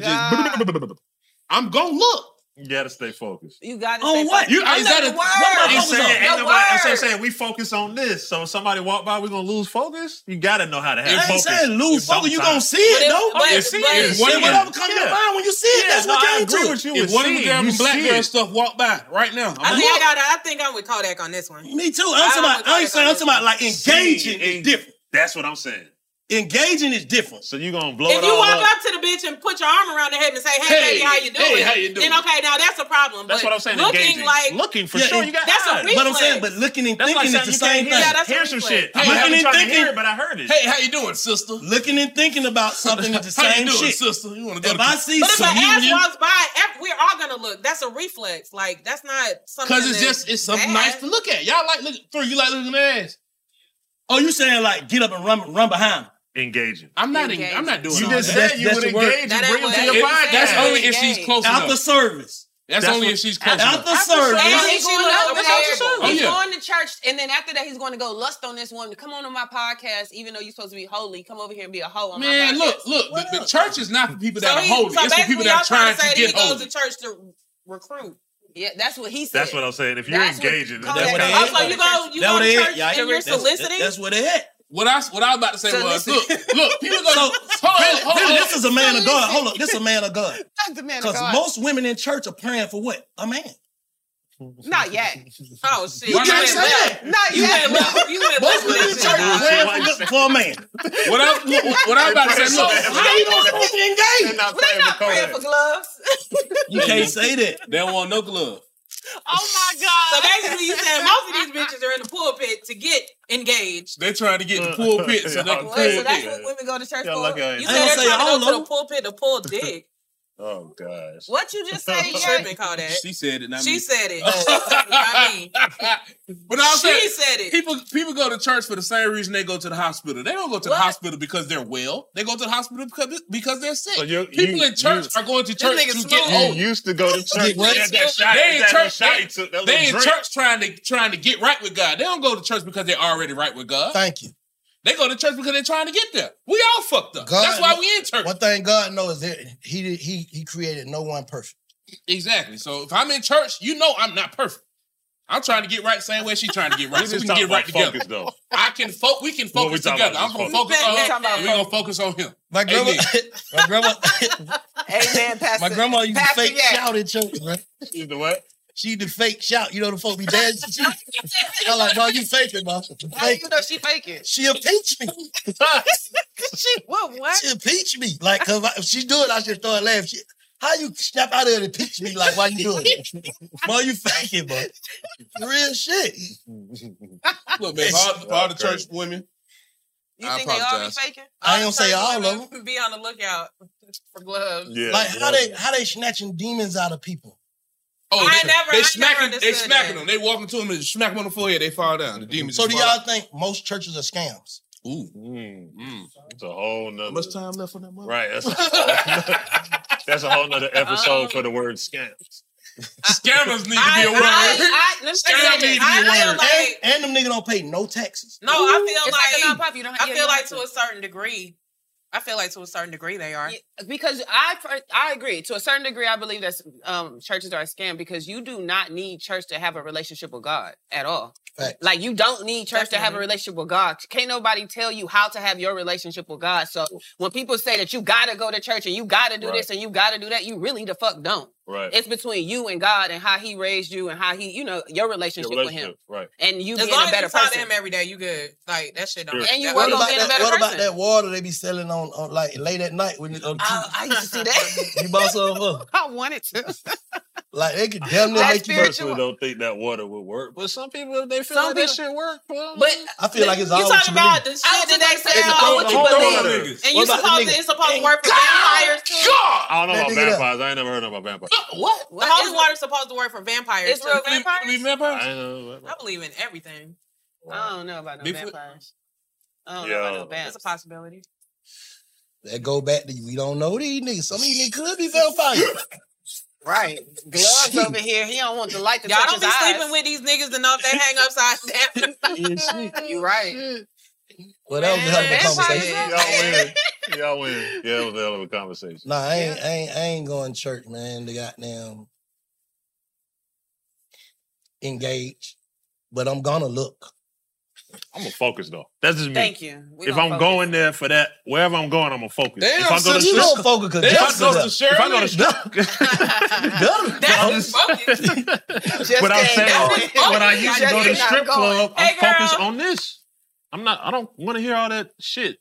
S12: just. I'm gonna look. You gotta stay focused.
S13: You got
S12: On what? You- is that a- what my
S3: I'm
S12: focus on?
S3: saying, ain't
S12: The
S3: nobody, that's what I'm
S12: word.
S3: saying. We focus on this. So if somebody walk by, we gonna lose focus. You gotta know how to have
S16: I ain't
S3: focus.
S16: saying lose
S14: Oh,
S16: focus. You gonna see it, But it- though. but-
S3: you see
S16: but-
S3: it.
S16: See whatever come to your mind when you see it, that's what
S3: I
S16: came
S3: agree
S16: to.
S3: with you.
S12: If
S3: with
S12: one of them girls
S3: seeing, you
S12: from Black
S3: see
S12: Girl
S3: it.
S12: stuff walk by right now,
S13: I
S12: I'm
S13: think I,
S12: look.
S13: gotta, I think I'm with Kodak on this one.
S16: Me too. I'm talking about, I ain't saying, I'm talking about like engaging is different.
S3: That's what I'm saying.
S16: Engaging is different.
S3: So you gonna blow
S13: If
S3: it
S13: you
S3: all
S13: walk
S3: up.
S13: up to the bitch and put your arm around the head and say, "Hey,
S3: Hey,
S13: baby, how you doing?"
S3: hey, how you doing?
S13: Then okay, now that's a problem.
S3: That's
S13: but
S3: what I'm saying,
S13: Looking
S3: engaging.
S13: like
S3: Looking for sure, you got
S13: that's a
S3: eyes.
S13: reflex.
S3: But I'm saying,
S16: But looking and
S3: That's like
S16: thinking is
S3: saying
S16: the same
S3: you can't
S16: thing.
S3: hear- Yeah, that's a Hear some reflex. shit. I might
S16: Looking
S3: be
S16: and
S3: trying to hear
S16: thinking,
S3: it, but I heard it.
S12: Hey, how you doing, sister?
S16: Looking and thinking about something is the
S12: How you
S16: same
S12: doing,
S16: shit.
S12: sister? You wanna go
S16: if
S12: to-
S16: I see
S13: But if an ass
S16: communion,
S13: walks by, ev- we're all gonna look. That's a reflex. Like that's not something.
S12: Because it's
S13: that's
S12: just it's something
S13: bad.
S12: nice to look at. Y'all like looking through. You like looking at ass.
S16: oh, you saying like get up and run, run behind?
S3: Engaging.
S12: I'm not. Engaging. I'm not doing.
S16: You
S12: all
S16: just
S12: that.
S16: said you That's- would that's the word. engage and That ain't bring 'em to what your I'm podcast. saying.
S12: That's only if she's
S16: Engage.
S12: close
S16: After
S12: enough.
S16: service.
S12: That's,
S16: That's
S12: only
S16: what-
S12: if she's close
S16: after
S12: enough.
S16: service.
S13: And
S16: After
S13: he's going
S16: service.
S13: up with
S16: That's
S13: her.
S16: what you
S13: He's
S16: should.
S13: going to church, and then after that, he's going to go lust on this woman. Come on to my podcast, even though you're supposed to be holy. Come over here and be a hoe on
S12: Man,
S13: my podcast.
S12: look, look. The, the church is not for people that
S13: So
S12: are
S13: he-
S12: holy.
S13: So
S12: it's for
S13: basically,
S12: people that are
S13: y'all trying
S12: trying
S13: to say
S12: to
S13: that
S12: get
S13: he goes
S12: holy.
S13: to church to recruit. Yeah, that's what he said.
S3: That's what I'm saying. If you're
S13: That's what-
S3: engaging,
S13: Kodak-
S3: that's what I-
S13: Oh, so you go, you
S3: That
S13: go
S3: what
S13: to
S3: they
S13: church
S3: at, y'all.
S13: and you're
S3: That's- that's-
S13: soliciting.
S16: That's what they at.
S12: What I what I was about to say was,
S16: Solicit.
S12: look, look. People go.
S16: So,
S12: hold on, hold on.
S16: this, this is a man of God. Hold up, this is a man of God.
S13: That's the man of
S16: Because
S13: God.
S16: most women in church are praying for what? A man.
S13: Not yet. Oh shit!
S16: You can't
S13: went
S16: say
S13: left.
S16: that.
S13: Not
S16: You
S13: yet.
S16: went left.
S13: You went
S16: Most
S13: left.
S16: women in church are praying for, for a man.
S12: What I what, what I was about to say. Look,
S16: how you gonna supposed to engage?
S13: They not praying for gloves.
S16: You can't say that.
S12: They don't want no glove.
S13: Oh my god! So basically, you saying most of these bitches are in the pulpit to get engaged.
S12: They trying to
S3: Uh,
S12: get in the pulpit so they can
S13: Well,
S12: pray.
S13: so that's what women go to church
S12: Y'all
S13: for.
S12: lucky I ain't
S13: You
S12: I
S13: said
S12: ain't
S13: they're
S12: gonna say
S13: trying to
S12: all
S13: go to the pulpit to pull dick.
S3: Oh gosh.
S13: What you just say? You tripping, Kodak?
S12: She said it. Not
S13: She
S12: me.
S13: said it. She said it, not me.
S12: But I was
S13: She
S12: saying,
S13: said it.
S12: People people go to church for the same reason they go to the hospital. They don't go to the
S13: What?
S12: hospital because they're well. They go to the hospital because, because they're sick.
S3: So you-
S12: people
S3: you-
S12: in church
S3: you-
S12: are going to
S3: This
S12: church
S3: nigga
S12: to get
S3: smooth.
S12: old.
S3: You used to go to church.
S12: Get what?
S3: You had that shot-
S12: they in
S3: that little
S12: church.
S3: shot
S12: they-
S3: you took, that
S12: they
S3: little
S12: in
S3: drink.
S12: church trying to trying to get right with God. They don't go to church because they're already right with God.
S16: Thank you.
S12: They go to church because they're trying to get there. We all fucked up.
S16: God-
S12: That's why we in church.
S16: One thing God knows that he did- he he created no one perfect.
S12: Exactly. So if I'm in church, you know I'm not perfect. I'm trying to get right same way she's trying to get right. so we
S3: just
S12: can
S3: talking
S12: get right
S3: about focus,
S12: together.
S3: though.
S12: I can focus. We can
S3: What we
S12: focus
S3: talking
S12: together.
S3: about?
S12: I'm gonna
S3: Just focus.
S12: focus on
S3: We
S12: her.
S3: talking about
S12: and We're gonna focus on him.
S16: My grandma,
S12: Amen.
S16: my grandma,
S13: Amen, Pastor.
S16: my grandma used to
S13: Pastor
S16: fake
S13: Yak.
S16: shout in church, man.
S3: She used to what?
S16: She used to fake shout. You know the folk be dancing. I'm like, bro, you faking, bro.
S13: How do you know she faking?
S16: She impeached me.
S13: she what? What?
S16: She impeached me. Like, cause I- if she do it, I should start laughing. She, how you snap out of it and impeach me? Like, why you doing it? bro, you faking, bro. Real shit.
S12: Look, man, for all, for all the church women,
S13: You
S12: I
S13: think they all be
S12: apologize.
S13: faking?
S16: I ain't gonna say all of
S13: them. Be on the lookout for gloves.
S16: Like, how they how they snatching demons out of people?
S12: Oh,
S13: I never-
S12: they,
S13: I
S12: they
S13: never
S12: smacking, they
S13: understood
S12: smacking
S13: that.
S12: them. They walking to them and smack them on the forehead. They fall down. The demons.
S16: So do
S12: just
S16: y'all
S12: fall out.
S16: think most churches are scams?
S12: Ooh,
S3: It's a whole nother.
S12: Mm, much time left on that mother?
S3: Right. That's, that's a whole nother episode for the word scam.
S12: Scammers need
S13: I- I- I- let me say
S16: Scam
S13: this.
S16: need to
S13: I
S16: be a
S13: feel
S16: word.
S13: like-
S16: and, and them niggas don't pay no taxes.
S13: No, I feel
S15: It's like
S13: like,
S15: a nonprofit. You don't have-
S13: I
S15: yeah,
S13: feel
S15: you
S13: like
S15: have
S13: to a certain degree. I feel like to a certain degree they are.
S15: Yeah, because I per- I agree to a certain degree. I believe that um, churches are a scam because you do not need church to have a relationship with God at all. Like you don't need church to have a relationship with God. Can't nobody tell you how to have your relationship with God. So when people say that you gotta go to church and you gotta do
S14: Right.
S15: this and you gotta do that, you really the fuck don't.
S14: Right.
S15: It's between you and God and how He raised you and how He, you know, your relationship, with Him.
S14: Right.
S15: And you
S13: as
S15: being
S13: long
S15: a
S13: as
S15: better
S13: you talk to
S15: person.
S13: him every day, you good. Like that shit don't.
S15: And you
S16: what
S15: will
S16: about
S15: be a
S16: that,
S15: better
S16: What about
S15: person.
S16: that water they be selling on, on like late at night when uh,
S15: I, I used to see that.
S16: you bought some up?
S15: I wanted to.
S16: Like they could damn near
S14: I
S16: make you
S14: personally don't think that water would work, but some people they feel like that shit work. But
S16: I feel like it's all
S13: You
S16: what
S13: talking
S16: you
S13: about the
S16: believe.
S13: shit that they say
S16: It's
S13: about what
S16: cold
S13: you
S16: water.
S13: believe, and you
S16: What about the
S13: supposed
S16: nigga?
S13: to, it's supposed to work for vampires too.
S14: I don't know
S13: That
S14: about
S13: nigga there.
S14: vampires. I ain't never heard about vampires.
S13: What? The holy water is supposed to work for vampires.
S15: It's
S13: too.
S15: real vampires? You believe
S14: I ain't know. about-
S13: I believe in everything.
S15: I don't know about no
S13: Bigfoot?
S15: vampires. I don't know about no vampires.
S13: It's a possibility.
S16: That go back to we don't know these niggas. Some of these niggas could be vampires.
S15: Right. Gloves over here. He don't want the light to
S13: Y'all
S15: touch
S13: don't
S15: his
S13: be sleeping
S15: eyes.
S13: with these niggas enough. They hang upside down.
S15: You right.
S16: Well, that was a hell of a conversation.
S14: Y'all win. Y'all win. Yeah, it was a hell of a conversation.
S16: Nah, I ain't, I ain't, I ain't going to church, man. The goddamn engage, but I'm gonna look.
S14: I'm gonna focus though. That's just me.
S16: Thank you. We
S14: If
S16: gonna
S14: I'm
S16: focus.
S14: going there for that, wherever I'm going, I'm gonna focus.
S16: Damn,
S14: if I
S16: sister, you don't focus 'cause
S14: if I
S16: Jessica-
S14: go to Shirley, if I go to
S13: That's focused.
S14: but I'm saying when I used to go to the
S13: Just
S14: strip
S13: not
S14: club,
S13: going.
S14: I'm
S13: Hey, girl.
S14: focused on this. I'm not. I don't want to hear all that shit.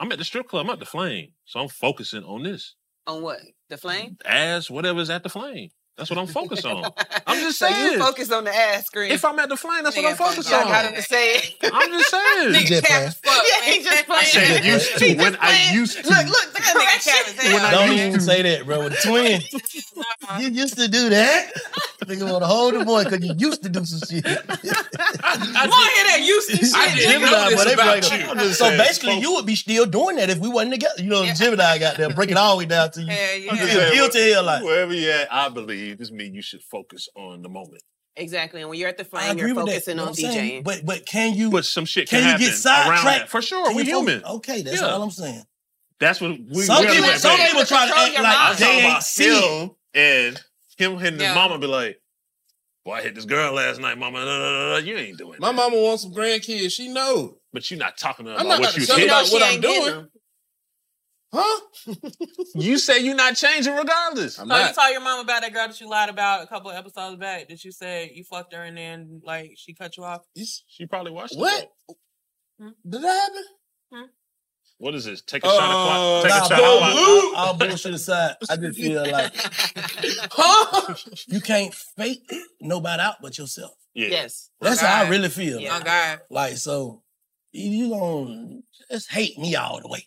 S14: I'm at the strip club. I'm at the flame, so I'm focusing on this
S15: On what? The flame?
S14: ass, whatever's at the flame. That's what I'm focused on. I'm just
S15: So
S14: saying.
S15: you focus on the ass screen. If
S14: I'm at the flame, that's
S15: what I'm focused
S14: on.
S15: I got him to say it.
S14: I'm just saying. He just playing.
S15: yeah, he just playing.
S14: I said used to when I used to.
S15: Look, look, the correction.
S14: When I
S16: don't
S14: used
S16: even say that, bro. With the twin, you used to do that. Nigga want to hold the boy because you used to do some shit.
S13: I want to hear that Houston shit.
S16: I
S13: Nigga,
S16: did Gemini, but they be
S13: about
S16: like,
S13: you.
S16: So basically, you would be still doing that if we wasn't together. You know, Gemini got there, break it all the way down to you.
S14: I'm
S16: You
S14: just
S16: feel
S14: saying,
S16: guilty here, like
S14: wherever you at, I believe this means you should focus on the moment.
S15: Exactly. And when you're at the
S16: I
S15: flame,
S16: agree
S15: you're
S16: with that.
S15: focusing
S16: You know
S15: on
S16: what I'm saying?
S15: DJing.
S16: But but can you?
S14: But some shit
S16: Can
S14: can,
S16: you get
S14: happen around
S16: sidetracked?
S14: that. For sure,
S16: Can
S14: we
S16: you focus-
S14: human.
S16: Okay, that's
S14: Yeah.
S16: all I'm saying.
S14: That's what we.
S16: Some
S14: we
S16: people-
S14: gotta
S16: some
S14: say.
S16: people try to Control act your like
S14: I'm
S16: they
S14: talking
S16: ain't
S14: about
S16: see it.
S14: him and him and his
S12: Yeah.
S14: mama be like, "Boy, I hit this girl last night, mama. Da, da, da, da. You ain't doing."
S12: My mama wants some grandkids. She know.
S14: But you're not talking to her
S12: I'm
S14: about
S12: not
S14: what you
S12: about to tell her
S14: did.
S12: about what I'm doing.
S14: Huh? you say you're not changing regardless.
S13: So Oh, you told your mom about that girl that you lied about a couple of episodes back that you said you fucked her and then like she cut you off. Hmm?
S14: She probably watched it.
S13: What?
S16: Did that happen?
S14: What is this? Take a shot at
S13: Oh,
S14: clock. Take
S16: Uh, nah,
S14: a shot at
S16: all,
S14: clock.
S16: all, all bullshit aside, I just feel like you can't fake nobody out but yourself.
S14: Yeah.
S15: Yes.
S16: That's how I really feel.
S15: Yeah.
S16: Like, like, so you- you gonna just hate me all the way.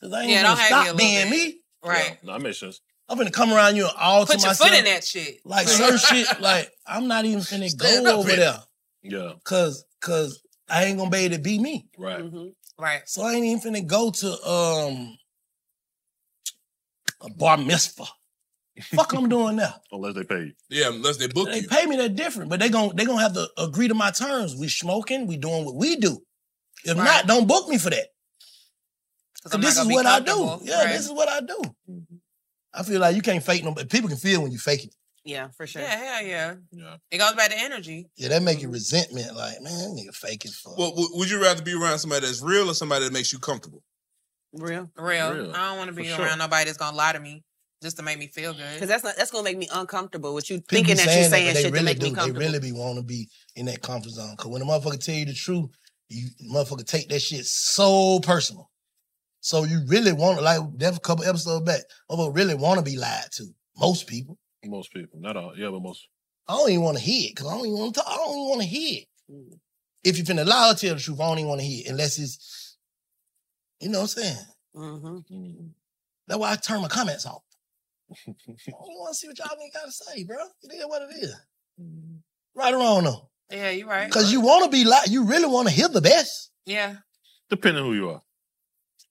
S16: Cause I ain't
S13: Yeah, don't
S16: gonna
S13: hate me a
S16: stop
S13: little
S16: being me.
S13: Right.
S14: No, that makes sense.
S16: I'm gonna come around you and all
S13: Put
S16: to
S13: your
S16: myself.
S13: foot in that shit.
S16: Like certain shit, like I'm not even finna
S13: Stand
S16: go
S13: up
S16: over
S13: here.
S16: there.
S14: Yeah.
S16: Cause cause I ain't gonna be able to be me.
S14: Right.
S13: Right.
S16: So I ain't even finna go to um a bar mitzvah. Fuck I'm doing now.
S14: Unless they pay you.
S12: Yeah, unless they book
S16: They
S12: you.
S16: pay me that different, but they gon' they gonna have to agree to my terms. We smoking, we doing what we do. If not, don't book me for that.
S13: 'Cause
S16: Cause
S13: I'm not
S16: this is
S13: gonna be
S16: what I do.
S13: comfortable.
S16: Yeah,
S13: Right.
S16: this is what I do. I feel like you can't fake nobody. People can feel when you fake it.
S15: Yeah, for sure.
S13: Yeah, hell yeah.
S14: yeah.
S13: It goes back to energy.
S16: Yeah, that make you resentment. Like, man, that nigga fake it for.
S12: Well, w- would you rather be around somebody that's real or somebody that makes you comfortable?
S15: Real.
S13: Real.
S12: Real.
S13: I don't want to be
S12: For
S13: around
S12: sure.
S13: nobody that's gonna lie to me just to make me feel good.
S15: Because that's not that's gonna make me uncomfortable with you
S16: People be
S15: thinking that you're
S16: that,
S15: saying
S16: but they
S15: shit
S16: really
S15: to make
S16: do.
S15: me comfortable.
S16: They really be want to be in that comfort zone. Cause when a motherfucker tell you the truth, you motherfucker take that shit so personal. So you really want to like that was a couple episodes back. Motherfucker really want to be lied to. Most people.
S14: Most people. Not all. Yeah, but most.
S16: I don't even want to hear it because I don't even want to. I don't even want to hear it.
S15: Mm.
S16: If you finna lie or tell the truth, I don't even want to hear it unless it's, you know what I'm saying.
S15: Mm-hmm.
S16: That's why I turn my comments off. I don't want to see what y'all ain't got to say, bro. It is what it is. Right or wrong though,
S13: Yeah, you're right.
S16: because you want to be like you really want to hear the best.
S13: Yeah.
S14: Depending who you are.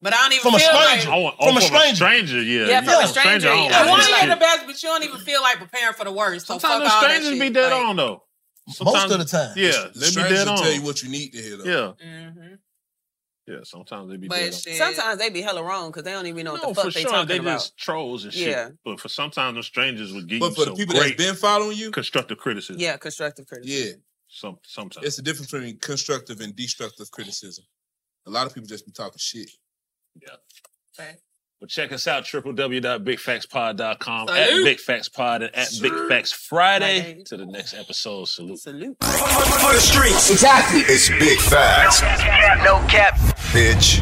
S13: But I don't even
S16: From a
S13: feel like-
S16: stranger.
S14: I want-
S16: From a
S14: oh,
S16: stranger.
S14: yeah.
S13: Yeah, from
S14: yeah,
S13: a stranger.
S14: I don't
S13: I
S14: like
S13: want to
S14: that
S13: hear
S14: shit.
S13: the best, but you don't even feel like preparing for the worst. So fuck all
S14: Sometimes the
S13: that
S14: strangers
S13: shit.
S14: be dead on though. Sometimes-
S16: of the time.
S14: Yeah,
S12: The
S14: they be
S12: strangers
S14: dead
S12: will
S14: on.
S12: tell you what you need to hear, though.
S14: Yeah,
S13: Mm-hmm.
S14: yeah. Sometimes they be
S15: But
S14: dead on.
S15: sometimes they be hella wrong because they don't even know
S14: No,
S15: what the
S14: for
S15: fuck they
S14: sure.
S15: talking
S14: They
S15: about.
S14: just trolls and shit.
S15: Yeah.
S14: But for sometimes the strangers would give
S12: But
S14: you
S12: for the
S14: some
S12: people that's
S14: great
S12: been following you,
S14: constructive criticism.
S15: Yeah, constructive criticism.
S12: Yeah.
S14: Some sometimes
S12: It's the difference between constructive and destructive criticism. A lot of people just be talking shit.
S14: Yeah. Well, check us out, www.bigfaxpod.com, at
S12: Salute.
S14: Big Facts Pod and at Big Facts Friday. To the next episode. Salute. Salute.
S11: For the streets. Exactly. It's big facts. No cap, no cap. Bitch.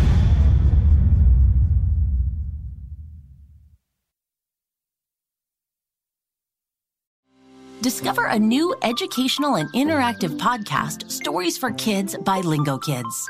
S2: Discover a new educational and interactive podcast, Stories for Kids by Lingo Kids.